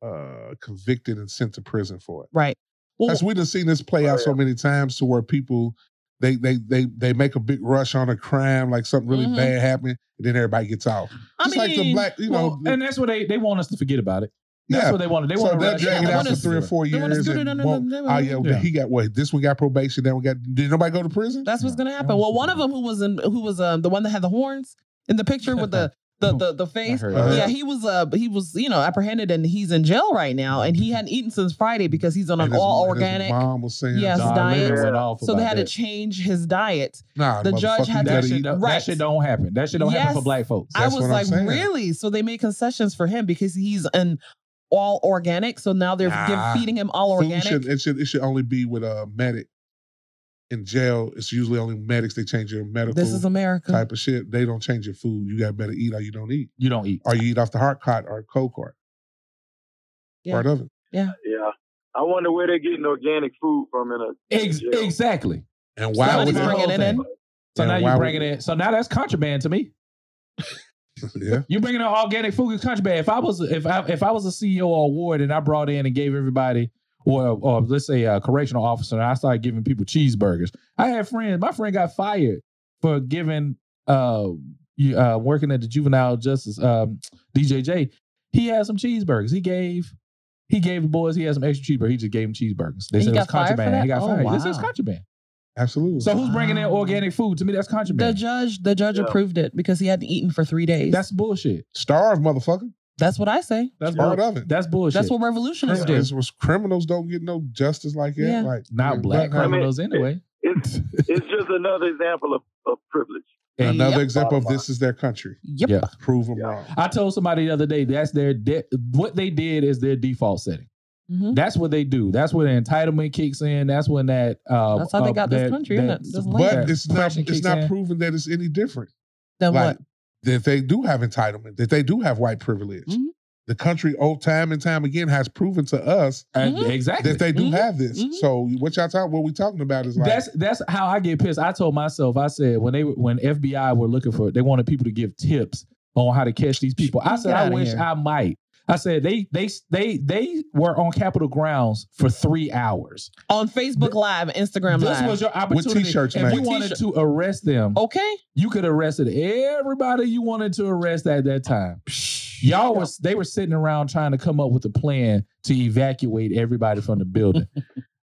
uh, convicted and sent to prison for it. Right. Well, Because we done seen this play out so many times to where people they they they they make a big rush on a crime, like something really Mhm. bad happened, and then everybody gets off. I Just mean, like the black, you know, well, and that's what they they want us to forget about it that's yeah. what they wanted they so want they'll drag it Yeah, out they for wanna- three or four they wanna years. do- and no, no, no, won't- no, no, Oh no. yeah, Yeah. he got what? This one got probation. Then we got. Did nobody go to prison? That's what's No, gonna that happen. was Well, the one of them who was in who was um the one that had the horns in the picture with the the the, the face. Oh, heard Uh-huh. Yeah, he was uh he was you know apprehended and he's in jail right now and he hadn't eaten since Friday because he's on And an his- all and his organic. Mom was saying, Yes, Don dying. Lemon went off So they about had that. to change his diet. "Nah, The judge had motherfucker, you to- That better shit, eat don't, that Right. shit don't happen. That shit don't happen Yes. for black folks. That's I what was I'm like, saying. really? So they made concessions for him because he's an all organic. So now they're Nah. give- feeding him all Food organic. Should, it should it should only be with a medic. In jail, it's usually only medics. They change your medical This is America. type of shit. They don't change your food. You got better eat or you don't eat, you don't eat. or you eat off the hard cot or cold cart. Yeah. Part of it. Yeah. I wonder where they're getting organic food from in a Ex- Yeah. exactly. And Why why Somebody's would the bringing whole it thing. in. So now And why you're would- bringing it. So now that's contraband to me. yeah? You bringing in organic food is contraband. If I was if I if I was a CEO or a ward and I brought in and gave everybody or or let's say a correctional officer and I started giving people cheeseburgers. I had friends. My friend got fired for giving uh, you- uh working at the juvenile justice um DJJ. He had some cheeseburgers. He gave he gave the boys. He had some extra cheeseburgers. He just gave them cheeseburgers. They And he said it was got fired for contraband. that? He got Oh, fired. This is wow. contraband. Absolutely. So who's bringing in Wow. organic food? To me, that's the contraband. judge, the judge Yeah. approved it because he hadn't eaten for three days. That's bullshit. starve, motherfucker. That's what I say. That's Part bull- of it. That's bullshit. That's what revolutionists do. Yeah, it's was criminals don't get no justice like that. Yeah. Like not black but- I mean, criminals anyway. it's it's just another example of, of privilege. Another Yep. example of this is their country. Yep. Yeah. Prove them Yeah. wrong. I told somebody the other day that's their de- what they did is their default setting. Mhm. That's what they do. That's where the entitlement kicks in. That's when that. Uh, That's how they uh, got this that- country, isn't that- it? This But That it's not depression it's kicks not in. proven that it's any different. Then like what? that they do have entitlement, that they do have white privilege. Mm-hmm. Mhm. The country, oh, time and time again, has proven to us Uh, Mhm. exactly. that they do Mhm. have this. Mhm. So what y'all talking? What we talking about is like Mm-hmm. that's that's how I get pissed. I told myself, I said when they were- when FBI were looking for, they wanted people to give tips on how to catch these people. I said, Get I outta wish here. I might. I said they they they they were on Capitol grounds for three hours. On Facebook Live, Instagram This Live. was your opportunity. t-shirts, if man. you With wanted t-shirt- Oh. to arrest them, okay. you could have arrested everybody you wanted to arrest at that time. Y'all was they were sitting around trying to come up with a plan to evacuate everybody from the building.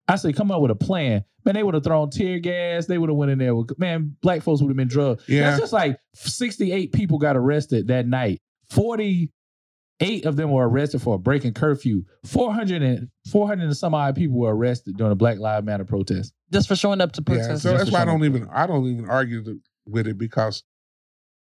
I said, come up with a plan. Man, they would have thrown tear gas. They would have went in there with man, black folks would have been drugged. yeah. That's just like 68 people got arrested that night. 48 of them were arrested for breaking curfew. 400 and 400 and some odd people were arrested during the Black Lives Matter protest. Just for showing up to yeah. protest. So that's Just why I for don't even I don't even argue th- with it because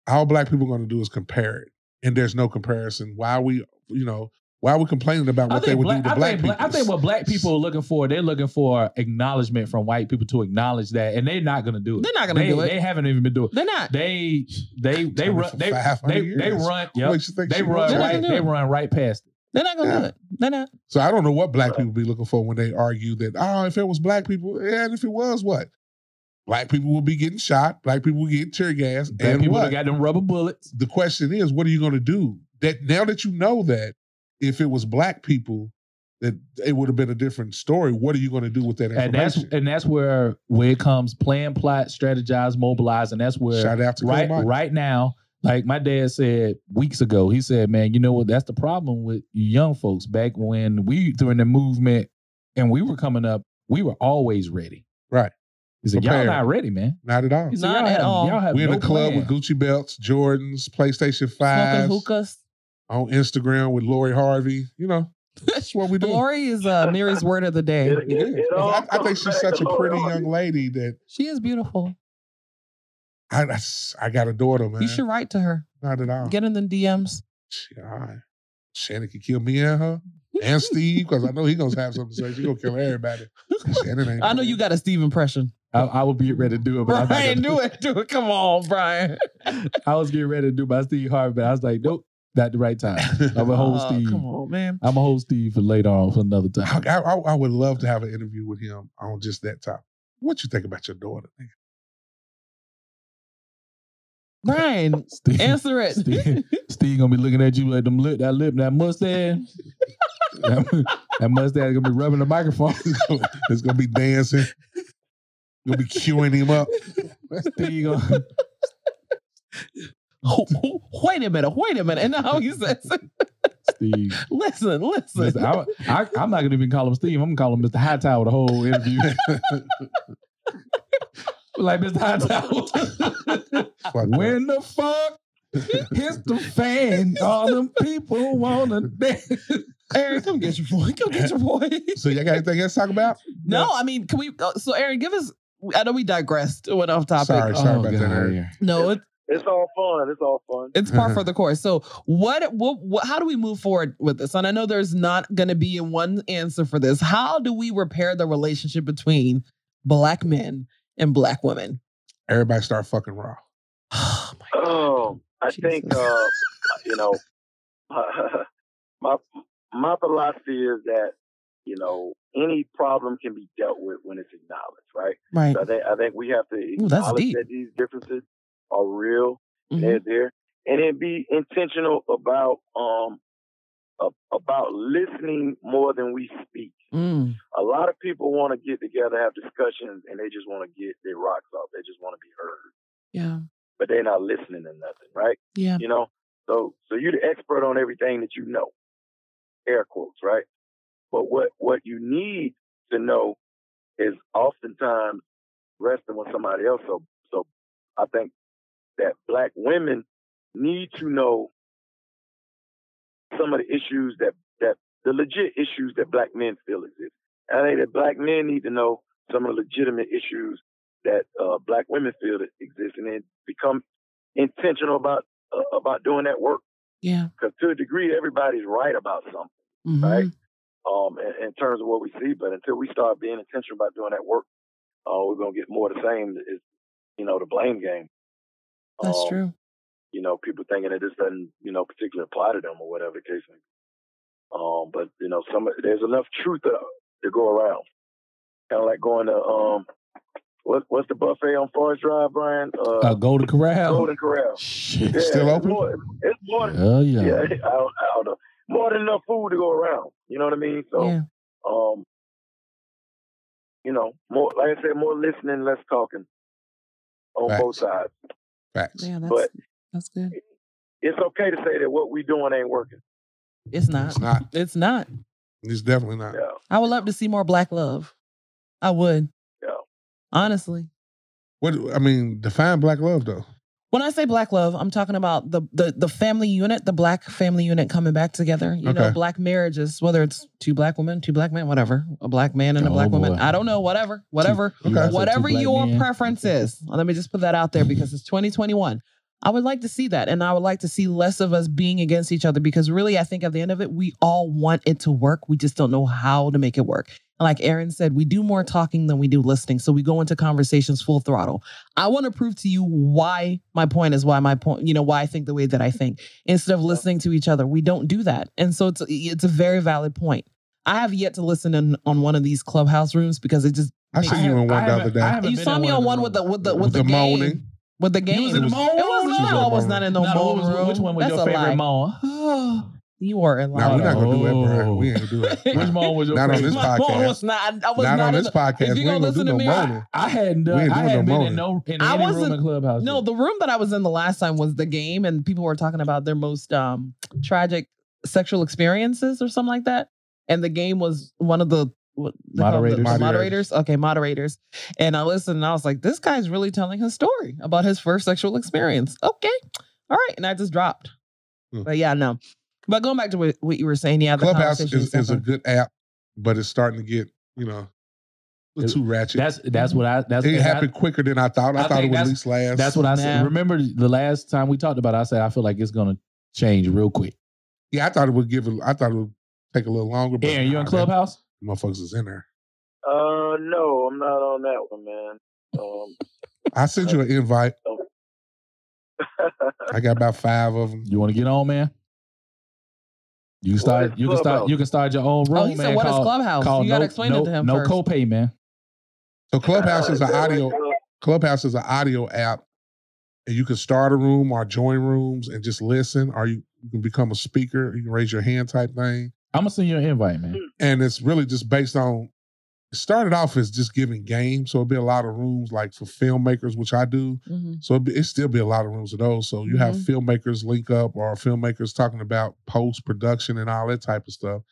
all black people going to do is compare it, and there's no comparison. Why we you know why we complaining about I what they think would black, do to I black think, black- I people? think what black people are looking for, they're looking for acknowledgement from white people to acknowledge that, and they're not going to do it. They're not gonna They- do it. They haven't even been doing it. They're not. They they they Done it run for they 500 they, they years. run yep. What you think they she run They're was? not right gonna do they it. run right past it. They're not gonna do Yeah. it. They're not. So I don't know what black people be looking for when they argue that, oh, if it was black people, yeah, and if it was what? Black people will be getting shot, black people will get tear gas, Black and people what? that got them rubber bullets. the question is, what are you gonna do? That now that you know that if it was black people, that it would have been a different story. What are you gonna do with that And that's information? and that's where where it comes plan, plot, strategize, mobilize, and that's where Shout out to right Claremont. right now like my dad said weeks ago he said man you know what that's the problem with you young folks back when we during the movement and we were coming up we were always ready Right. He He's like, y'all Prepared. not ready, man. Not at all. He's Not y'all at have, all. Y'all have We're in no a club plan. with Gucci belts, Jordans, PlayStation Smoking 5, hookahs. on Instagram with Lori Harvey. You know, that's what we do. Lori is uh, Mary's word of the day. It is. It all I, I think comes she's back such to a pretty Lori Harvey. young lady that She is beautiful. I, I s- I got a daughter, man. You should write to her. Not at Oh. all. Get in the DMs. She, all right. Shannon can kill me and her and Steve because I know he gonna have something to say. She gonna kill everybody. Shannon ain't I know you got a Steve impression. I, I would be ready to do it, but I'm not Brian, gonna- do it. Do it. Come on, Brian. I was getting ready to do my Steve Harvey, but I was like, nope, not the right time. I'm gonna hold Oh, Steve. Come on, man. I'm gonna hold Steve for later on for another I, time. I, I I would love to have an interview with him on just that topic. What you think about your daughter? nigga? Brian, Steve, answer it. Steve, Steve gonna be looking at you like them lip, that lip, that mustache. that, that mustache gonna be rubbing the microphone. It's gonna- it's gonna be dancing. You'll be queuing him up. Steve gonna, wait a minute. Wait a minute. And now he says, Steve. listen, listen. Listen, I, I, I'm not gonna even call him Steve. I'm gonna call him Mr. Hightower the whole interview. like Mr. Hightower. Fuck that. when the fuck hits the fan, all them people wanna dance. Aaron, come get your boy. Come get your boy. So y'all got anything else to talk about? no, I mean, can we? uh, So, Aaron, give us. I know we digressed. It went off topic. Um, Sorry, sorry about that. God, Eric. yeah. No, it, It's all fun. It's all fun. it's par for the course. So, what, what, what? How do we move forward with this? And I know there's not going to be one answer for this. How do we repair the relationship between black men and black women? Everybody start fucking raw. Oh my God. Oh, I Jesus. think uh, you know my my philosophy is that you know any problem can be dealt with when it's acknowledged, right? Right. Mm. So I think I think we have to that's acknowledge deep. that these differences are real. Mhm. They're there, and then be intentional about um a- about listening more than we speak. Mm. A lot of people want to get together, have discussions, and they just want to get their rocks off. They just want to be heard, Yeah. but they're not listening to nothing, right? Yeah. you know. So so you're the expert on everything that you know, air quotes, right? But what what you need to know is oftentimes resting with somebody else. So so I think that black women need to know some of the issues that that the legit issues that black men feel exist. And I think that black men need to know some of the legitimate issues that uh, black women feel that exist, and then become intentional about uh, about doing that work Yeah. because to a degree everybody's right about something Mhm. Right. um in, in terms of what we see but until we start being intentional about doing that work uh we're gonna get more of the same is you know the blame game That's Um, true. you know people thinking that this doesn't you know particularly apply to them or whatever the case may be um but you know some there's enough truth to, to go around kind of like going to um what, what's the buffet on Forest Drive, Brian? Uh, Uh, Golden Corral. Golden Corral. Shit. Yeah, Still it's open? more- it's more than Oh yeah. yeah, I, don't, I don't know. More than enough food to go around. You know what I mean? So, yeah. um, you know, more like I said, more listening, less talking on Facts. both sides. Facts. Yeah. That's but- that's good. It's okay to say that what we doing ain't working. It's not. It's not. It's not. It's definitely not. Yeah, I would love to see more black love. I would. Yeah. Honestly. What I mean, define black love though. When I say black love, I'm talking about the the, the family unit, the black family unit coming back together. You know, Okay. black marriages, whether it's two black women, two black men, whatever, a black man and a Oh, black woman. boy. I don't know, whatever, whatever, You Okay. guys are whatever two black your men. preference is. Let me just put that out there because it's 2021. I would like to see that, and I would like to see less of us being against each other because really, I think at the end of it, we all want it to work. We just don't know how to make it work. And like Aaron said, we do more talking than we do listening, so we go into conversations full throttle. I want to prove to you why my point is why my point, you know, why I think the way that I think instead of listening to each other. We don't do that, and so it's it's a very valid point. I have yet to listen in on one of these clubhouse rooms because it just I I seen you haven't- in one I the other haven't- I day. haven't you been saw in me one on of one them. with the with the With with the the game moaning. with the game. You was in the It mall. was She was in no, the I was mall. not in the Nah, mall what was- room. Which one was That's your a favorite lie. mall? You are a Now liar. we're not gonna do that, Oh. bro. We ain't gonna do that. Which mall was your Not on favorite? this My mom podcast. was not. I was Not, not, on in this the, if podcast. We you ain't gonna gonna do listen to no me, I- moaning. I hadn't We done. ain't I doing hadn't no been in moaning. no in I any room wasn't- in clubhouse. No, the room that I was in the last time was the game, and people were talking about their most um tragic sexual experiences or something like that. And the game was one of the what they call them, the- the Moderators. moderators. Okay, moderators. And I listened and I was like, this guy's really telling his story about his first sexual experience. Okay. All right. And I just dropped. Hmm. But yeah, no. But going back to what, what you were saying, yeah, the Clubhouse conversation is, is a definitely- good app, but it's starting to get, you know, a little It- too ratchet. That's that's what I that's it and I- happened quicker than I thought. I, I thought it think would at that's- least last. That's what I said. Nah. Remember the last time we talked about it, I said I feel like it's gonna change real quick. yeah, I thought it would give. A, I thought it would take a little longer. But Aaron, you in nah, Clubhouse? that- Motherfuckers is in there. Uh, no, I'm not on that one, man. Um, I sent you an invite. I got about five of them. You wanna get on, man? You can start is you can start Clubhouse? you can start your own room, Oh, he man. said, "What is called- Clubhouse? called you got to no- explain no, it to him No first. copay, man. So Clubhouse is an audio. Clubhouse is an audio app, and you can start a room or join rooms and just listen, or you, you can become a speaker. You can raise your hand type thing, I'm gonna send you an invite, man. and it's really just based on. It started off as just giving games, so it'd be a lot of rooms like for filmmakers, which I do. Mhm. So it'd, be, it'd still be a lot of rooms of those. So you have Mm-hmm. filmmakers link up or filmmakers talking about post production and all that type of stuff.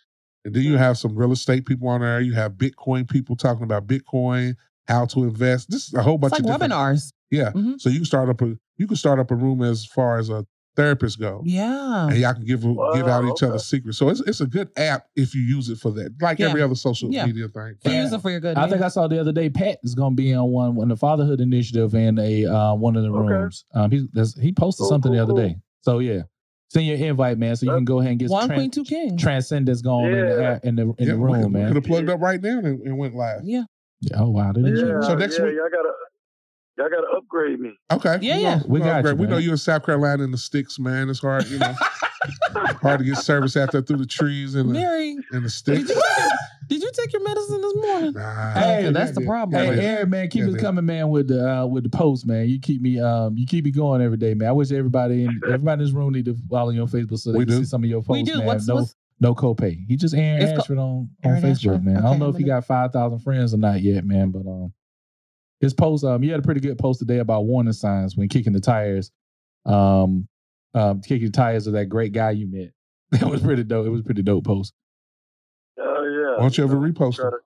And then Mm-hmm. you have some real estate people on there. You have Bitcoin people talking about Bitcoin, how to invest. This is a whole bunch It's like of different- webinars. Yeah. Mhm. So you can start up a you can start up a room as far as a therapist go. Yeah. And y'all can give give out Wow, each okay. other secrets. So it's it's a good app if you use it for that. Like Yeah. every other social Yeah. media thing. You use it for your good. I think I saw the other day Pat is gonna be on one on the Fatherhood Initiative in a uh, one of the Okay. rooms. Um, he that's, he posted Cool, something the cool, other cool. day. So yeah, send your invite, man, so you Uh, can go ahead and get one tran- queen, two king. transcendence going in the Yeah. app- in the in Yeah, the we room, could- we man. could have plugged up right now and, and went live. yeah. Oh wow, did Yeah, So next yeah, week- y'all gotta y'all gotta upgrade me. Okay. Yeah, We yeah. gonna- We gonna got upgrade. you, We man. know you're in South Carolina in the sticks, man. It's hard, you know, hard to get service out there through the trees and the, Mary, and the did sticks. you, did you take your medicine this morning? Nah, Hey, yeah, that's the yeah. problem. Hey, Yeah, yeah. Aaron, man, keep Yeah, it man. coming, man, with the uh, with the post, man. You keep me, um, you keep me going every day, man. I wish everybody in everybody in this room need to follow you on Facebook so they We can do. see some of your we posts, do. man. What's, no, what's no copay. He just Aaron It's co- Ashford on, on Aaron Facebook, Ashford. man. I Okay, don't know if I'm he gonna- got five thousand friends or not yet, man. But um, his post, um, he had a pretty good post today about warning signs when kicking the tires, um, um, kicking the tires of that great guy you met. That was pretty dope. It was a pretty dope post. Oh yeah. Why don't you ever know, repost try it? to-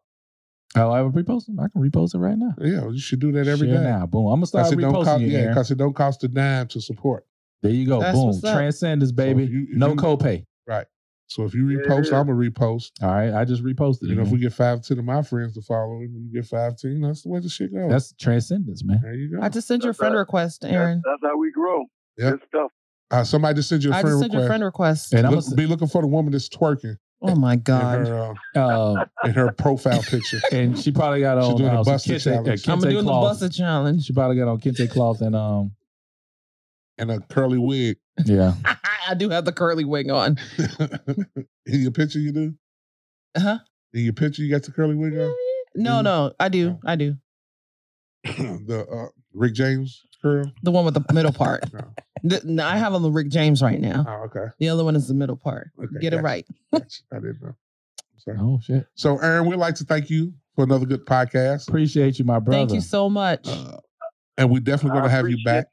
Oh, I have a repost. him? I can repost it right now. Yeah, you should do that every day. Share now, boom. I'm gonna start Cause it don't reposting cost, you, yeah, Aaron. because it don't cost a dime to support. There you go. That's Boom. what's up. Transcendence, baby. if you- if no you- copay. So if you Yeah, repost, yeah. I'm gonna repost. All right. I just reposted You it. know, if man. Mm-hmm. we get five, ten of my friends to follow, and you get five, ten, you know, that's the way the shit goes. That's transcendence, man. there you go. I just sent your That's friend right. request, that's- Aaron. That's, how we grow. Yeah. Good stuff. uh, somebody just sent you a I friend just sent request. your friend request. And I'm Look- be looking for the woman that's twerking Oh my in god. her uh, uh, in her profile picture. and she probably got She's on doing a uh, some busted kente, uh, challenge. I'm kente doing the cloth. busted challenge. She probably got on kente cloth and um, and a curly wig. yeah. I do have the curly wig on. in your picture, you do. Huh? In your picture, you got the curly wig on. Uh-huh. No, Mm. no, I do. I do. the uh, Rick James curl. The one with the middle part. No. The- no, I have on the Rick James right now. Oh, okay. The other one is the middle part. Okay, Get it gotcha. right. Gotcha. I didn't know. Sorry. Oh shit. So, Aaron, we'd like to thank you for another good podcast. Appreciate you, my brother. Thank you so much. Uh, and we definitely going I to have you appreciate back.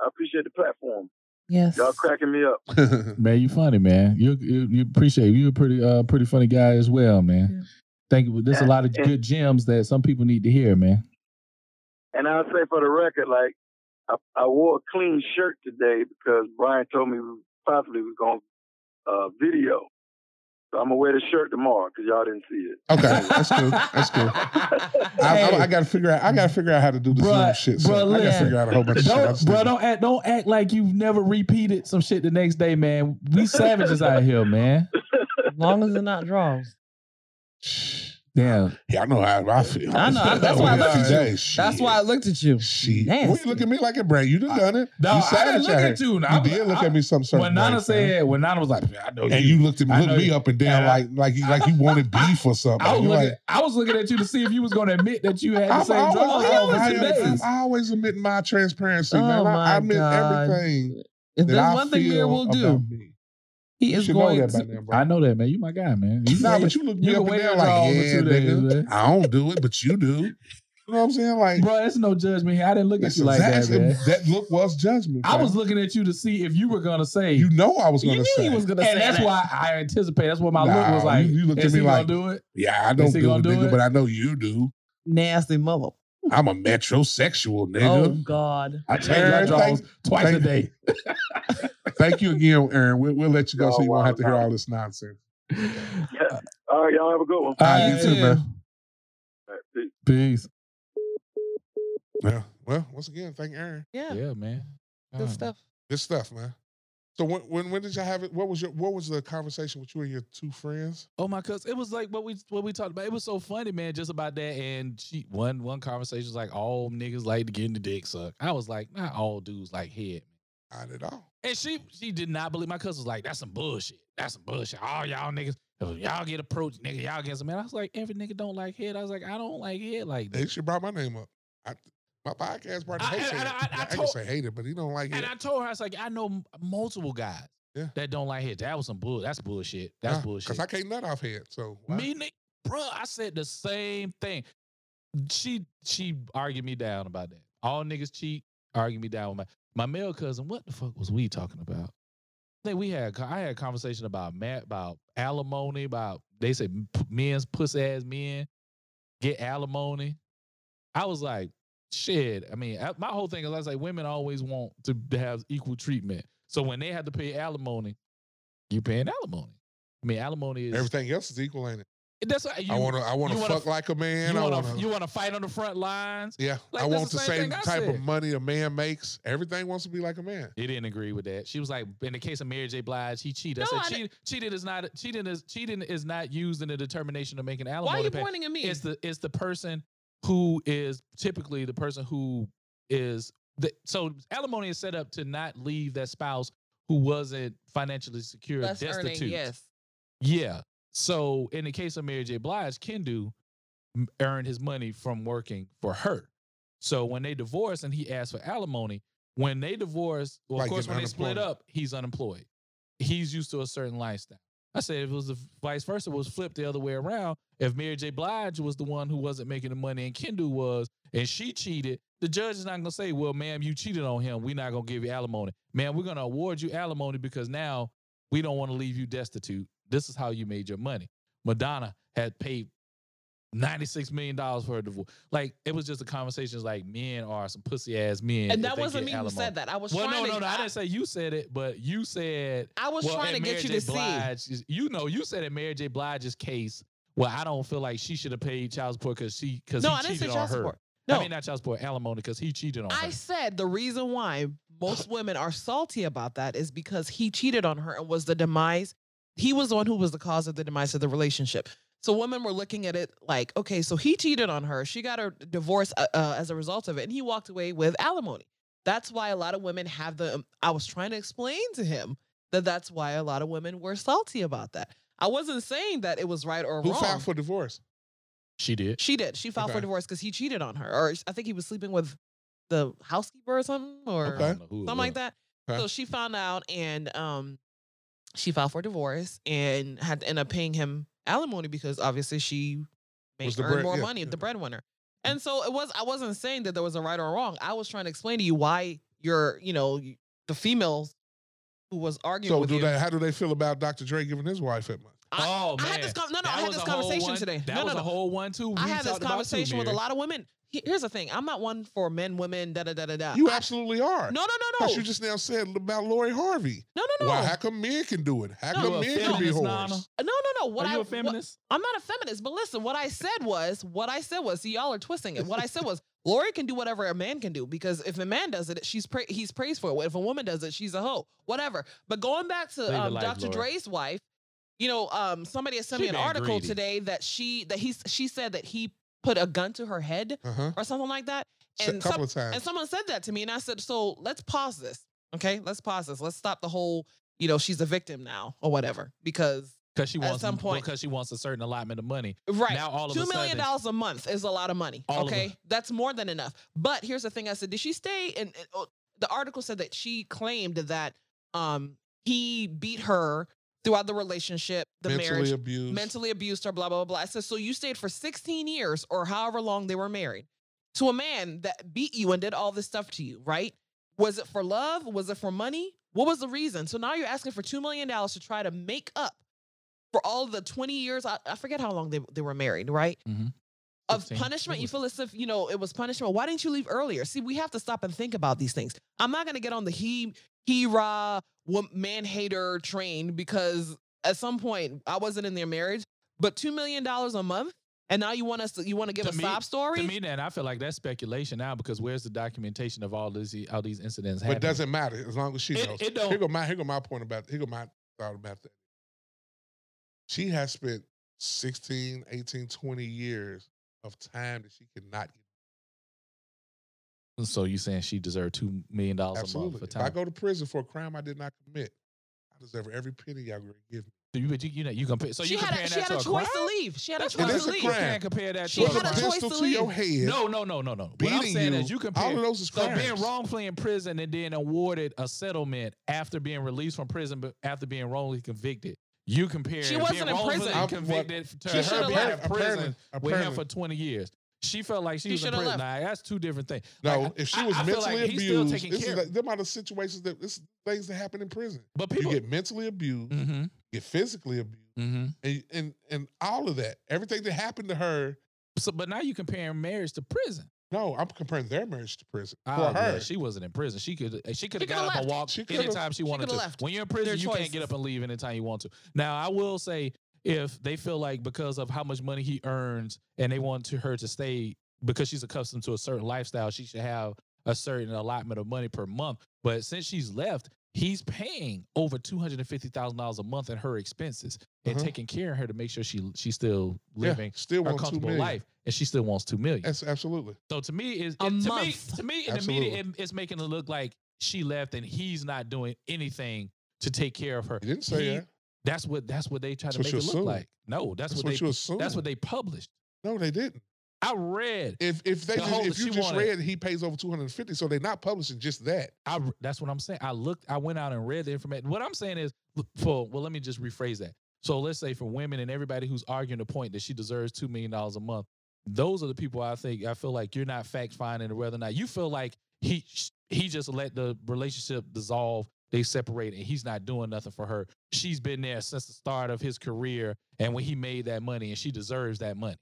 I appreciate the platform. yes. Y'all cracking me up. man. You funny, man. You you, you appreciate. You a pretty uh pretty funny guy as well, man. Yeah. Thank you. There's a lot of Yeah. good gems that some people need to hear, man. And I'll say for the record, like I, I wore a clean shirt today because Brian told me we possibly was gonna uh, video. So I'm gonna wear the shirt tomorrow because y'all didn't see it. okay, that's cool. That's cool. I, Hey, I, I got to figure out. I got to figure out how to do this Bruh, Zoom shit. So bruh, I got to listen. figure out a whole bunch of shit. I'm Don't, stupid. bro, don't act, don't act like you've never repeated some shit the next day, man. We savages out here, man. as long as they're not draws. Damn. Yeah, I know how I feel. I know. I- that's why I looked at you. Today, shit. That's why I looked at you. Shit. Nasty. Why you look at me like a brand? You done done it. you savage out here. you. You did look at me some certain When Nana ways, man. said, when Nana was like, I know and you looked at I me, know looked me you. up and down And I- like like you like you wanted beef or something. I was, You're looking, like, I was looking at you to see if you was going to admit that you had the I'm same always, drugs. he I'm always always- admits. days. I'm always admitting my transparency, Oh man. I, my I admit God. everything. If that there's I one thing feel Mir will about do, me. he You is should know going that by to. now, bro. I know that, man. You my guy, man. You nah, but you look you me can up and wear down your like, drawers for yeah, two days, nigga. man." I don't do it, but you do. You know what I'm saying? Like, Bro, it's no judgment here. I didn't look at that's you like exactly- that, man. that look was judgment. I fam. was looking at you to see if you were gonna say, You know I was You going to knew say. he was gonna say and that's that. why I anticipate. That's what my look Nah, was like. you- you looked Is at me he gonna like- do it? yeah, I don't Is he do gonna it, do nigga, it? but I know you do. nasty mother. I'm a metrosexual, Oh nigga. God. I change my Aaron, drawers twice a thank- day. Thank you again, Aaron. We'll, we'll let you go so Oh, you wow, won't have to hear wow. all this nonsense. All right, y'all have a good one. All Ah, right, you too, man. All right, peace. Peace. Yeah. Well, once again, thank Aaron. Yeah. Yeah, man. Good God. stuff. Good stuff, man. So when, when when did y'all have it? What was your what was the conversation with you and your two friends? Oh my cuz it was like what we what we talked about. It was so funny, man, just about that. And she one one conversation was like all niggas like to get in the dick suck. I was like, not all dudes like head. Not at all. And she she did not believe my cousin was like, that's some bullshit. That's some bullshit. All y'all niggas, if y'all get approached, nigga, y'all get some man. I was like, every nigga don't like head. I was like, I don't like head like They that. should brought my name up. I, my podcast partner I- hates and- it. and I, I- I can told- say hate it, but he don't like it. And I told her, I was like, I know m- multiple guys Yeah. that don't like head. That was some bull. That's bullshit. That's bullshit. Because I can't nut off head. So Me, ni- bruh, I said the same thing. She she argued me down about that. All niggas cheat. Argued me down with my my male cousin. What the fuck was we talking about? I think we had co- I had a conversation about Matt about alimony about they say m- p- men's pussy ass men get alimony. I was like, shit. I mean, I- my whole thing is I was like, women always want to b- have equal treatment. So when they have to pay alimony, you paying alimony. I mean, alimony is everything else is equal, ain't it? that's what you I want to. I want to you fuck wanna- like a man. you I want want to to. you want to fight on the front lines. Yeah, Like, I that's want the the same same thing I type of said. money a man makes. Everything wants to be like a man. He didn't agree with that. She was like, in the case of Mary J. Blige, he cheated. No, I I said, cheat, cheated is not cheating is cheating is not used in the determination of making alimony. Why are you pay. pointing at me? It's the it's the person who is typically the person who is the so alimony is set up to not leave that spouse who wasn't financially secure Less destitute. earning, yes. Yeah. So in the case of Mary J. Blige, Kendu m- earned his money from working for her. So when they divorced and he asked for alimony, when they divorced, well, Like of course, getting when they split unemployment. up, he's unemployed. He's used to a certain lifestyle. I said if it was the vice versa, it was flipped the other way around. If Mary J. Blige was the one who wasn't making the money and Kendu was, and she cheated, the judge is not gonna say, "Well, ma'am, you cheated on him. We're not gonna give you alimony, ma'am. We're gonna award you alimony because now we don't want to leave you destitute. This is how you made your money. Madonna had paid $96 million for her divorce. Like, it was just a conversation. It's like, men are some pussy ass And men. if that they wasn't get me alimony. who said that. I was Well, trying no, to. no, no. I I, didn't say you said it, but you said. I was well, trying to in Mary get you J. to Blige's- You know, you said in Mary J. Blige's case, well, I don't feel like she should have paid child support because she see. because No, he I didn't say cheated on child her. support. I No, mean not child support, alimony because he cheated on I her. said the reason why most women are salty about that is because he cheated on her and was the demise. He was the one who was the cause of the demise of the relationship. So women were looking at it like, okay, so he cheated on her. She got her divorce uh, uh, as a result of it, and he walked away with alimony. That's why a lot of women have the. um, I was trying to explain to him that that's why a lot of women were salty about that. I wasn't saying that it was right or Who wrong. filed for divorce? She did. She did. She filed for Okay. divorce because he cheated on her, or I think he was sleeping with the housekeeper or something, or Okay. something like that. Okay. So she found out, and um, she filed for divorce and had to end up paying him alimony because obviously she made Was the earned bread- more yeah, money, yeah. the breadwinner. And so it was. I wasn't saying that there was a right or a wrong. I was trying to explain to you why you're, you know, y- the females who was arguing So with do you. they? How do they feel about Dr. Dre giving his wife that much? I- oh, I man. had this con- no, no, That I had was this a whole conversation one- today. That no, was no, a whole one too. I We had this talked about, too, conversation with a Mary. lot of women. He- Here's the thing: I'm not one for men, women, da da da da da. You I- absolutely are. no, no, no, no, Because you just now said about Lori Harvey. no, no, no, Why? How come men can do it? How No, come you a men can be feminist, whores? Nana? no, no, no. What are I you a what- feminist? I'm not a feminist, but listen, what I said was, what I said was, see, y'all are twisting it. What I said was, Lori can do whatever a man can do because if a man does it, she's pra- he's praised for it. If a woman does it, she's a hoe. Whatever. But going back Leave it to um, life, Dr. Lori. Dre's wife, you know, um, somebody has sent She me an been article greedy. today that she that he she said that he put a gun to her head Uh huh. or something like that. A And some- couple of times. And someone said that to me, and I said, "So let's pause this, okay? Let's pause this. Let's stop the whole, you know, she's a victim now or whatever." Because Because she At wants some point- because she wants a certain allotment of money. right Now all of two a million sudden, dollars a month is a lot of money. All of okay, it. that's more than enough. But here's the thing: I said, did she stay? And and, oh, the article said that she claimed that um he beat her throughout the relationship, the mentally marriage, abused. mentally abused her, blah blah blah. blah. I said, so you stayed for 16 years or however long they were married. to a man that beat you and did all this stuff to you, right? Was it for love? Was it for money? What was the reason? So now you're asking for $2 million to try to make up for all the 20 years. I, I forget how long they, they were married, right? Mhm. Of 15. punishment. What You was feel as if, you know, it was punishment. Why didn't you leave earlier? See, we have to stop and think about these things. I'm not going to get on the he, he, rah, wom- man hater train because at some point I wasn't in their marriage, but $2 million a month. And now you want us to, you want to give To a me- sob story? To me, then I feel like that's speculation now because where's the documentation of all these all these incidents But happening? it doesn't matter as long as she It- knows. it don't- Here go my here go my point about here go my thought about that. She has spent 16, 18, 20 years of time that she cannot get. So you saying she deserved two million dollars a month Absolutely. for If I time? go to prison for a crime I did not commit, I deserve every penny y'all gonna give me. So you, but you, you know, you compare. So she you had comparing a, she that had to a a, choice crime? to leave. She had a That's choice It to is a leave. You crime. can't compare that. She to With had a choice pistol to to your head. No, no, no, no, no. What Beating I'm saying you, is you all of compare. those is So crimes. being wrongfully in prison and then awarded a settlement after being released from prison, but after being wrongly convicted, you compare. She wasn't being in wrongfully prison. Convicted She to her should've being in prison left. with Apparently- him apparently. for twenty years. She felt like she, She was in should've prison. left. Now, that's two different things. No, Like, if she I- was I feel mentally like he's still abused, taken this care is of. the, them are the situations that this is things that happen in prison. But people, you get mentally abused, hmm get physically abused, hmm and, and and all of that. Everything that happened to her. So, but now you comparing marriage to prison. No, I'm comparing their marriage to prison for Oh, her. yeah, she wasn't in prison. She could she could She have got coulda up and left. walked She coulda- anytime she wanted to. coulda left. When you're in prison, Their you can't get choices. up and leave anytime you want to. Now, I will say, if they feel like because of how much money he earns, and they want to her to stay because she's accustomed to a certain lifestyle, she should have a certain allotment of money per month. But since she's left, he's paying over two hundred and fifty thousand dollars a month in her expenses and Uh-huh. taking care of her to make sure she she's still Yeah, living still her want two comfortable million. life, and she still wants two million. That's absolutely. So to me, is A to me month. to me in the Absolutely. media, it, it's making it look like she left and he's not doing anything to take care of her. You didn't say He- that. That's what that's what they try to That's what make it you look assume. like. No, that's, That's what, what, they you assume. that's what they published. No, they didn't. I read. If if they The just, whole- if you she just wanted- read, he pays over 250. So they're not publishing just that. I re- that's what I'm saying. I looked. I went out and read the information. What I'm saying is for well, let me just rephrase that. So let's say for women and everybody who's arguing the point that she deserves two million dollars a month, those are the people I think I feel like you're not fact finding whether or not you feel like he he just let the relationship dissolve. They separate and he's not doing nothing for her. She's been there since the start of his career and when he made that money and she deserves that money.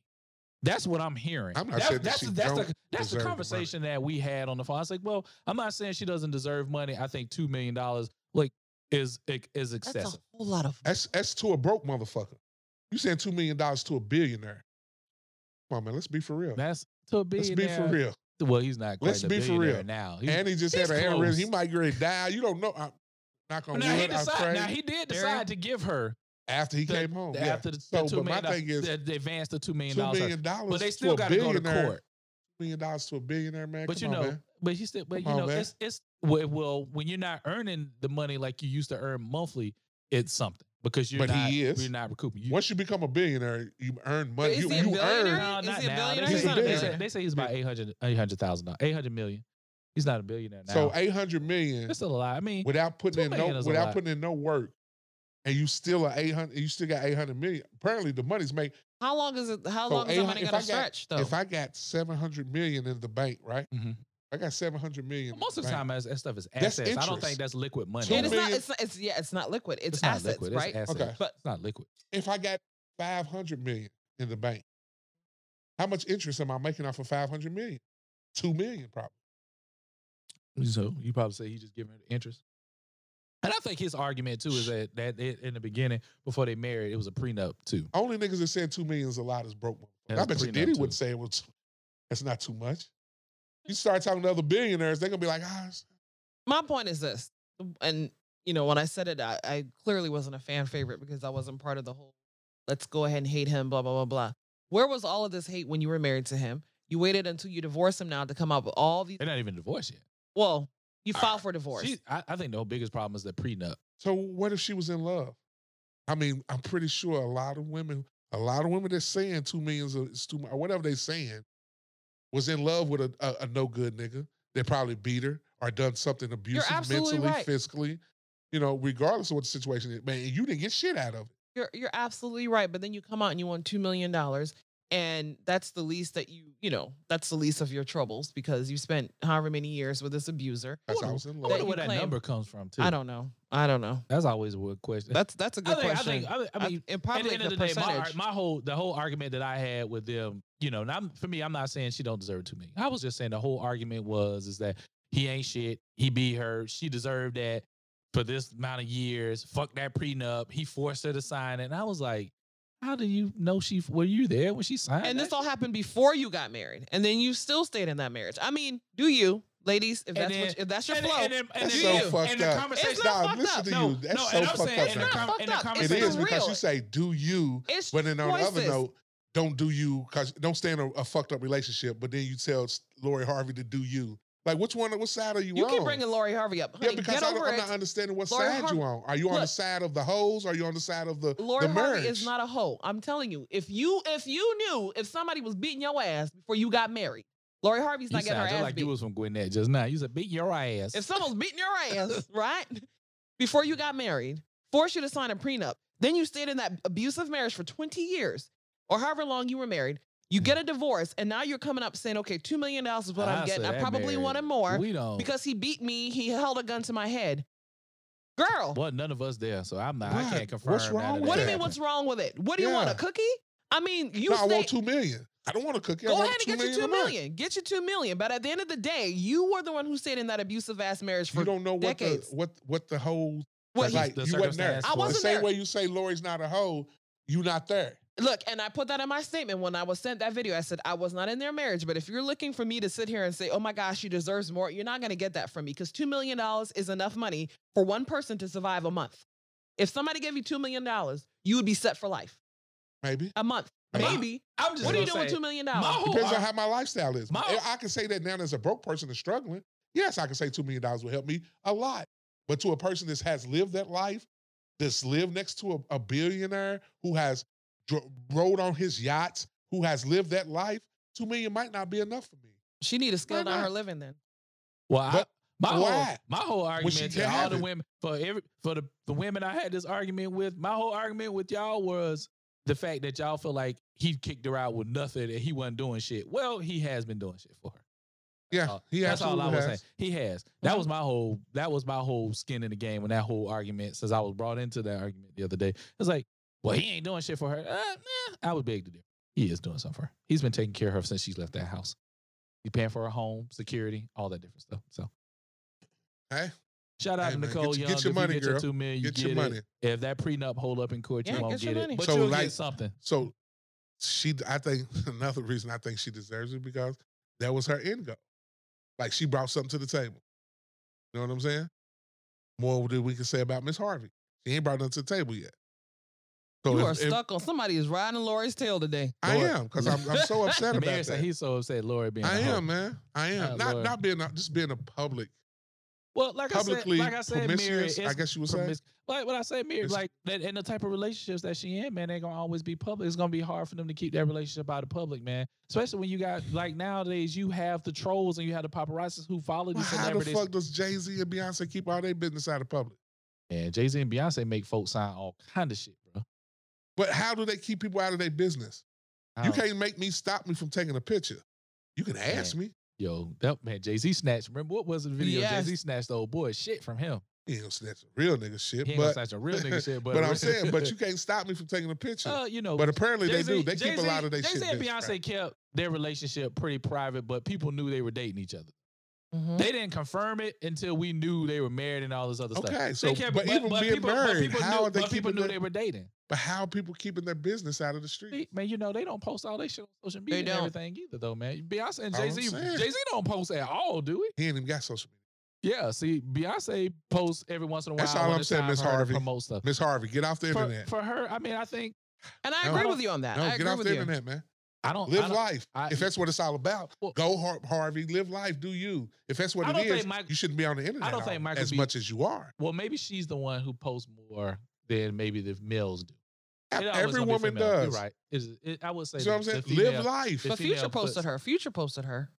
That's what I'm hearing. I'm not That- saying that that's she that's don't the that's the deserve the money. conversation that we had on the phone. I was like, well, I'm not saying she doesn't deserve money. I think two million dollars like is is That's excessive. a whole lot of. That's that's to a broke motherfucker. You said two million dollars to a billionaire. Come on, man. Let's be for real. That's to a Let's be billionaire. for real. Well, he's not quite Let's a be for billionaire real. now. He's- And he just had he's an aneurysm. He close. might get ready to die. You don't know. i not gonna now, he I decide, pray. now he did Barry? decide to give her after he the- came home. the- Oh, yeah. after the, So, the two but my million dollars. thing is, They advanced the two Two million dollars, million dollars, but they still got got to go to court. Million dollars to a billionaire man. But Come you on, know, man. but he still, but Come you on, know, man. it's it's well, well, when you're not earning the money like you used to earn monthly, it's something because you're But he not is. you're not recouping. You, once you become a billionaire, you earn money. Is You, he a you billionaire? earn. No, Is not he a now. billionaire? They He's say, not a they say, billionaire. they say he's about 800 800,000 dollars, 800 million. He's not a billionaire now. So eight hundred million that's a lot. I mean, without two putting in million no is a lot. without putting in no work, and you still are eight hundred. You still got eight hundred million. Apparently, the money's made. How long is it? How So, long is that Ahan, money if going to I got- stretch though? If I got seven hundred million in the bank, right? Mhm. I got seven hundred million. in most of the bank. time, that's- that stuff is assets. That's I don't interest. think that's liquid money. Two and it's not. million- It's, not, it's yeah. It's not liquid. It's, It's not assets, liquid. right? It's assets. Okay. But it's not liquid. if I got five hundred million in the bank, how much interest am I making off of five hundred million? Two million, probably. So you probably say he's just giving her the interest. And I think his argument too is that that it, in the beginning, before they married, it was a prenup too. Only niggas that said two million is a lot is broke. motherfuckers. That's I bet you prenup, Diddy too. would say it was. That's not too much. You start talking to other billionaires, they're gonna be like, ah, it's- my point is this, and you know, when I said it, I, I clearly wasn't a fan favorite because I wasn't part of the whole let's go ahead and hate him, blah, blah, blah, blah. Where was all of this hate when you were married to him? You waited until you divorced him now to come out with all these They're not even divorced yet. well, you filed for divorce. She- I, I think the biggest problem is the prenup. So what if she was in love? I mean, I'm pretty sure a lot of women, a lot of women that's saying two millions of is too mu- or whatever they saying, was in love with a, a, a no good nigga. They probably beat her or done something abusive absolutely mentally, right. physically, you know, regardless of what the situation is. Man, you didn't get shit out of it. You're you're absolutely right. But then you come out and you want two million dollars and that's the least that you you know that's the least of your troubles because you spent however many years with this abuser. That's how I was in I love. wonder where you that claim- number comes from too. I don't know. I don't know. That's always a good question. That's that's a I good think, I question. think. I think- I mean, and at probably the end of the day, percentage. my, my whole the whole argument that I had with them, you know, and I'm, for me, I'm not saying she don't deserve it to me. I was just saying the whole argument was is that he ain't shit. He beat her. She deserved that for this amount of years. Fuck that prenup. He forced her to sign it. And I was like, how do you know she? Were you there when she signed? and this that all happened before you got married, and then you still stayed in that marriage. I mean, do you, ladies? If And that's then- what, if that's your shit? flow, And, and, and, That's you so do. and, fucked the up. conversation. It's Nah, not fucked listen up. to No, you. That's no, so and I'm fucked saying, up. and the, man. It's com- not and the fucked up. It It's conversation is for because real. you say do you, it's but then on the other choices. note, don't do you because don't stay in a, a fucked up relationship. But then you tell Lori Harvey to do you. Like which one? What side are you, you on? keep bringing Lori Harvey up. Honey, yeah, because get I don't, over I'm it. not understanding what Lori side Harvey- you on. Are you on the Look. side of the hoes? Are you on the side of the Lori the Harvey marriage? is not a hoe. I'm telling you. If you if you knew if somebody was beating your ass before you got married, Lori Harvey's You not getting her ass sound just like beat. you was from Gwinnett just now. You said beat your ass. if someone's beating your ass, right? Before you got married, forced you to sign a prenup, then you stayed in that abusive marriage for 20 years or however long you were married. You get a divorce, and now you're coming up saying, okay, $2 million is what Ah, I'm I getting. said I that probably married- wanted more We don't because he beat me. He held a gun to my head. Girl, Well, none of us there, so I'm not. I Right. can't confirm. What's none wrong of with what do that. you mean, happened. what's wrong with it? What do you Yeah. want, a cookie? I mean, you no, I stay, want two million. I don't want a cookie. I Go want ahead and two get your a two month. million. Get your two million. But at the end of the day, you were the one who stayed in that abusive ass marriage for You don't know what decades. the what what the whole what That's he like the you wasn't there. circumstance I for it. the wasn't same there. way you say Lori's not a hoe, you not there. Look, and I put that in my statement when I was sent that video. I said, I was not in their marriage, but if you're looking for me to sit here and say, oh my gosh, she deserves more, you're not going to get that from me because $2 million is enough money for one person to survive a month. If somebody gave you $2 million, you would be set for life. Maybe A month, I mean, maybe. I'm just. What are you doing gonna with say, $2 million? My whole depends on ar- how my lifestyle is. My- If I can say that now as a broke person that's struggling. Yes, I can say two million dollars will help me a lot, but to a person that has lived that life, that's lived next to a, a billionaire who has dro- rode on his yachts, who has lived that life, two million might not be enough for me. She need to scale Why down not? her living then. Well, I, But my whole why? my whole she argument to didn't all have the it. women for every for the the women I had this argument with. My whole argument with y'all was the fact that y'all feel like he kicked her out with nothing and he wasn't doing shit. Well, he has been doing shit for her. Yeah, Uh, he that's all I absolutely was has. saying. He has. That was my whole. That was my whole skin in the game, and that whole argument. Since I was brought into that argument the other day, it's like, well, he ain't doing shit for her. Uh, nah, I would beg to do. He is doing something for her. He's been taking care of her since she's left that house. He's paying for her home, security, all that different stuff. So, Hey. shout out Hey, to man, Nicole get your- Young. get your If money, you get Your girl. two million, you Get your it. money. If that prenup hold up in court, Yeah, you won't get get, your money. it. But So, you'll like- get something. So she, I think another reason I think she deserves it because that was her end goal. Like she brought something to the table. You know what I'm saying? More than we can say about Miss Harvey. She ain't brought nothing to the table yet. So you if- are if- stuck on somebody is riding Lori's tail today. I am because I'm, I'm so upset Mayor about said that. he's so upset. Lori being. a I hoe. am, man. I am Oh, not Lord. not being a, just being a public Well, like publicly I said, like I said, Mary, promiscuous. it's I guess you would say. promis- Like what I say, Mary, It's- like that, and the type of relationships that she in, man, they gonna always be public. It's gonna be hard for them to keep that relationship out of public, man. Especially when you got like nowadays, you have the trolls and you have the paparazzi who follow Well, these how the celebrities. fuck does Jay Z and Beyonce keep all their business out of public? Man, Jay Z and Beyonce make folks sign all kind of shit, bro. But how do they keep people out of their business? I You don't- can't make me stop me from taking a picture. You can ask me. yo, that man, Jay Z snatched. Remember what was the video? Yes. Jay Z snatched the old boy shit from him. You ain't gonna snatch some real nigga shit. He ain't gonna but snatch a real nigga shit, but but I'm saying, but you can't stop me from taking a picture. uh, you know, but apparently Jay-Z- they do. They keep Jay-Z a lot of their shit. Jay-Z and business Beyonce private. kept their relationship pretty private, but people knew they were dating each other. Mm-hmm. Mhm. They didn't confirm it until we knew they were married and all this other stuff. Okay, They so but, even being people, married, people how knew, are they but people keeping knew they their, were dating. But how are people keeping their business out of the street? Man, you know they don't post all their shit on social They media and don't. everything either, though, man. Beyonce and Jay That's what I'm Z, saying. Jay Z don't post at all, do we? He ain't even got social media. Yeah, see, Beyonce posts every once in a while. That's all when I'm it's saying, time Miss for her to Harvey. Promote stuff. Miss Harvey, get off the For, internet. for her, I mean, I think And I No. agree with you on that. no, I agree get off with the you. internet, man. I don't I Live don't- life. I- if that's what it's all about, Well- go Har- Harvey. Live life. Do you? If that's what I it don't is, think Mike- you shouldn't be on the internet. don't think all- Michael as B- much as you are. Well, maybe she's the one who posts more than maybe the males do. It always Every gonna be woman female. You're does. right? It's- it- I would say. You know what I'm the- saying? the female- Live life. the But Future female puts- posted her. Future posted her.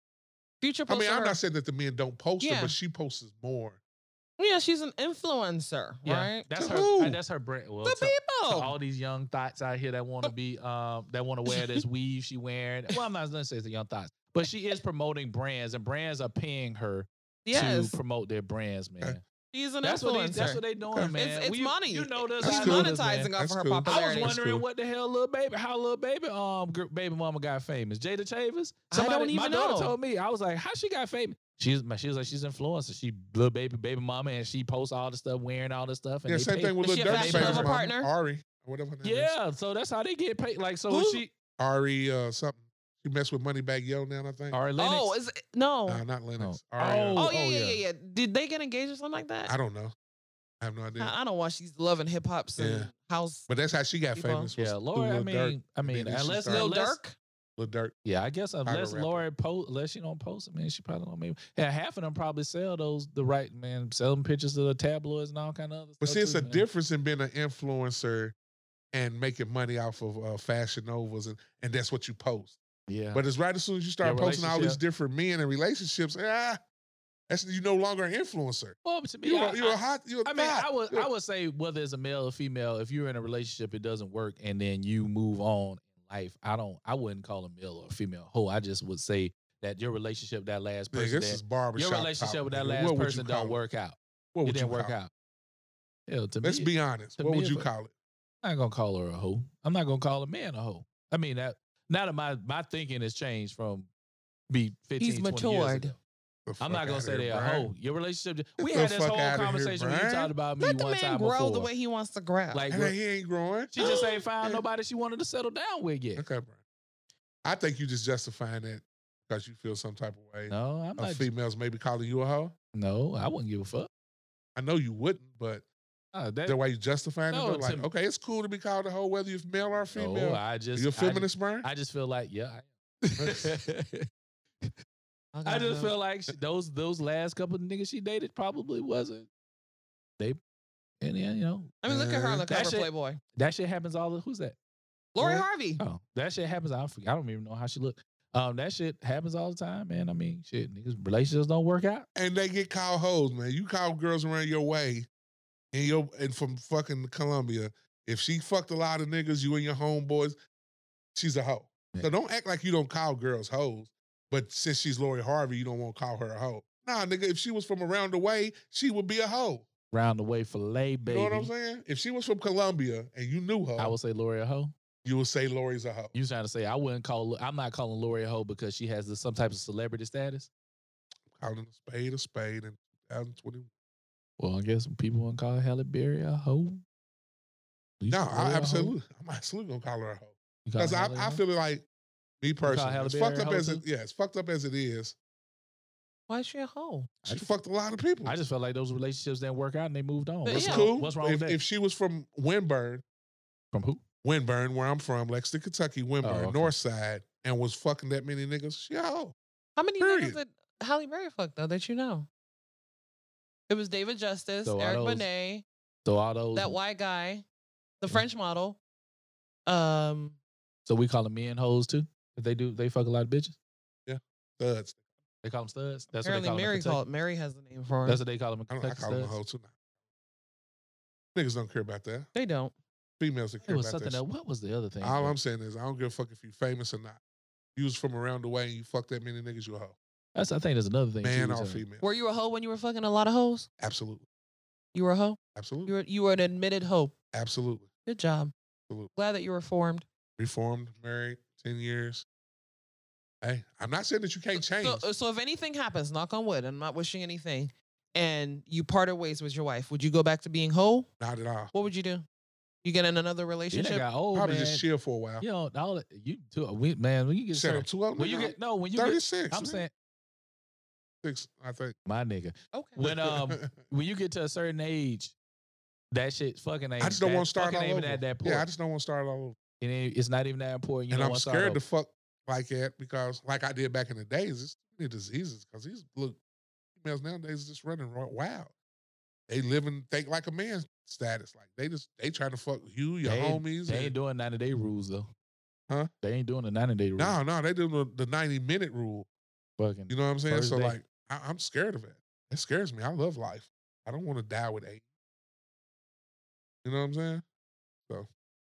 Future I posted mean, I'm her. not saying that the men don't post it, Yeah. but she posts more Yeah, she's an influencer, Yeah, right? that's To her. who? That's her brand. Well, The to- to people. all these young thoughts out here that want Oh. to be, um, that want to wear this weave she wearing. Well, I'm not going to say it's the young thoughts, but she is promoting brands, and brands are paying her Yes, to promote their brands, man. she's an That's influencer. what they, that's what they doing, man. It's, it's We- money. You know this. That's I She's know cool. this, man. monetizing off That's of her cool. I was I was popularity. wondering cool. what the hell little baby, how little baby, um, gr- baby mama got famous. Jada Chavis. I don't my even daughter know. told me. I was like, how she got famous? She's my. She was like, she's influencer. She little baby, baby mama, and she posts all the stuff, wearing all the stuff. And Yeah, they same pay- thing with Is Lil she a Durk's fashion famous over mom, partner? Ari, or whatever her name is. Yeah, so that's how they get paid. Like, so Who? she Ari uh, something. She messed with Moneybag Yo now, I think. Ari Lennox. Oh, is it, no. Nah, not Lennox. Oh. Ari, uh, Oh, oh, yeah, yeah, yeah. yeah, yeah. Did they get engaged or something like that? I don't know. I have no idea. I, I don't watch these loving hip hops and Yeah. house. but that's how she got People. famous. Was yeah, Laura. I Lil mean, Durk. I mean, then she unless started- Lil unless- Durk. Lil Durk. Yeah, I guess unless rapper. Laura post, unless she don't post it, man, she probably don't. Maybe yeah, half of them probably sell those the right man, sell them pictures to the tabloids and all kind of other. But stuff see, it's too, a man. difference in being an influencer and making money off of uh, fashion novas, and, and that's what you post. Yeah, But it's right as soon as you start Your posting all these relationship. different men and relationships, ah, that's you no longer an influencer. well, to me, You're, I, a, you're I- a hot. You're a I mean, thot. I would Yeah. I would say whether it's a male or female, if you're in a relationship, it doesn't work, and then you move on in life. I don't. I wouldn't call a male or a female hoe. I just would say that your relationship, that last Nigga, person, this that- is barbershop. your relationship talk, with that nigga. last What would you person call don't it? work out. What It would you didn't work call it? out. Hell, to Let's me, be honest. to What me, would you if- call it? I'm not gonna call her a hoe. I'm not gonna call a man a hoe. I mean that now that my my thinking has changed from be 15, He's 20 years matured. ago. The I'm fuck not gonna outta say here, they're a Brian. hoe. Your relationship. We the had this fuck whole outta here, conversation when you Brian. talked about me Let the one man time grow before. the way he wants to grow. like And he ain't growing. she just ain't found nobody she wanted to settle down with yet. Okay, Brian. I think you just justifying that because you feel some type of way. No, I'm Of not. females maybe calling you a hoe. No, I wouldn't give a fuck. I know you wouldn't, but Uh, that, that why you justifying No, it? though? Like, to- okay, it's cool to be called a hoe whether you're male or no, female. I just you're I a just- feminist, Brian. I just feel like yeah, I am. I Mm-hmm. just feel like she, those those last couple of niggas she dated probably wasn't. They, and yeah, you know I mean, look at her on the That cover, shit- Playboy. that shit happens all. The, who's that? Lori Harvey. Oh, that shit happens. I forget, I don't even know how she looked. Um, that shit happens all the time, man. I mean, shit, niggas relationships don't work out. and they get called hoes, man. You call girls around your way, and your and from fucking Columbia. If she fucked a lot of niggas, you and your homeboys, she's a hoe. So don't act like you don't call girls hoes. But since she's Lori Harvey, you don't want to call her a hoe. Nah, nigga, if she was from around the way, she would be a hoe. Round the way fillet, You baby. know what I'm saying? If she was from Columbia and you knew her, I would say Lori a hoe. you would say Lori's a hoe. You trying to say I wouldn't call? I'm not calling Lori a hoe because she has this, some type of celebrity status. Calling a spade a spade in 2021. Well, I guess people wouldn't call Halle Berry a hoe. You No, call her a I hoe? absolutely, I'm absolutely gonna call her a hoe. You call Because Halle a I, I hoe? feel like me personally, Halle as Berry fucked a up hoe as it, too? yeah, as fucked up as it is, Why is she a hoe? she just- fucked a lot of people. I just felt like those relationships didn't work out and they moved on. But That's yeah. cool. What's wrong if, with that? if she was from Winburn, From who? Winburn, where I'm from, Lexington, Kentucky, Winburn, Oh, okay. North Side, and was fucking that many niggas, she a hoe. How many Period. niggas did Halle Berry fuck though that you know? It was David Justice, So are Eric those- Benet, So all those. that white guy, the French model. Um, so we call them men hoes too. If they do, they fuck a lot of bitches. Thuds. They call them studs. That's what they apparently call Mary them. in Kentucky. called Mary has a name for her. That's what they call them. in I don't. I Kentucky call them a studs. hoe too. Niggas don't care about that. they don't. Females don't It care was about something that. else. What was the other thing? All bro? I'm saying is, I don't give a fuck if you famous or not. You was from around the way and you fucked that many niggas, you a hoe. That's, I think there's another thing. Man too, or too. female. Were you a hoe when you were fucking a lot of hoes? Absolutely. You were a hoe. You Absolutely. were you were an admitted hoe. Absolutely. Good job. Absolutely. Glad that you were formed. Reformed, married, 10 years. Hey, I'm not saying that you can't change. So, so if anything happens, knock on wood, I'm not wishing anything, and you parted ways with your wife, would you go back to being whole? uh, not at all. What would you do? You get in another You done relationship? got old, Probably oh, man. just chill for a while. You know, all that, you too, we, man. When you get Shut certain, up, too old. when you nigga. get no, when you get, 36. I'm saying six, I think. my nigga. Okay. When um when you get to a certain age, that shit fucking ain't. I just don't that want to start fucking all ain't over. even at that point. yeah, I just don't want to start all over. It ain't- it's not even that important. You and don't I'm wanna start scared over. to fuck like that because, like I did back in the days, it's too many diseases. Because these look females nowadays just running ro- wild. They live and think like a man status. Like they just they trying to fuck you, your They ain't- homies. They and- ain't doing 90 day rules though. Huh? They ain't doing the 90 day rules. no, no, they do the, the ninety minute rule. Fucking. You know what I'm saying? So Thursday. like, I, I'm scared of it. It scares me. I love life. I I don't want to die with AIDS. You know what I'm saying?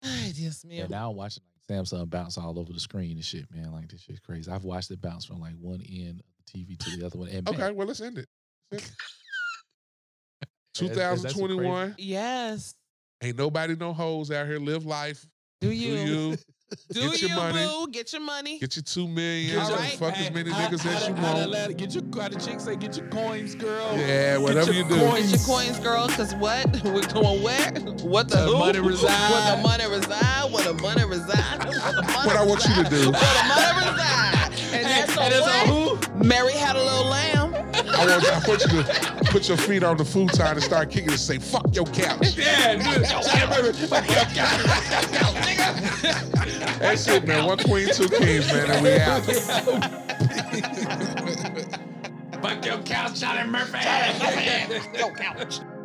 Ay, Dios mío. And now I'm watching like Samsung bounce all over the screen and shit, man. Like this shit's crazy. I've watched it bounce from like one end of the TV to the other one. And Okay, back. well let's end it. Let's end it. Is- is that some crazy- 2021. Yes. Ain't nobody no hoes out here. Live life. Do Do you? you? Do Get your you, money. boo? Get your money. Get your two million. Get your- Fuck as many Hey, niggas I- as I- you I- want. Get your how the chicks say get your coins, girl. yeah, whatever you your do. coin- Get your coins, girl, because what? We're going where? What the, The who? money Where the reside. money reside? Where the money reside? Where the money What I want you to reside? do. Where the money reside? And that's and a it's what? on who? Mary had a little lamb. I want, I want you to put your feet on the futon and start kicking and say, fuck your couch. Yeah, dude. That's it, man. One queen, two kings, man, and we out. Fuck your couch, Charlie Murphy.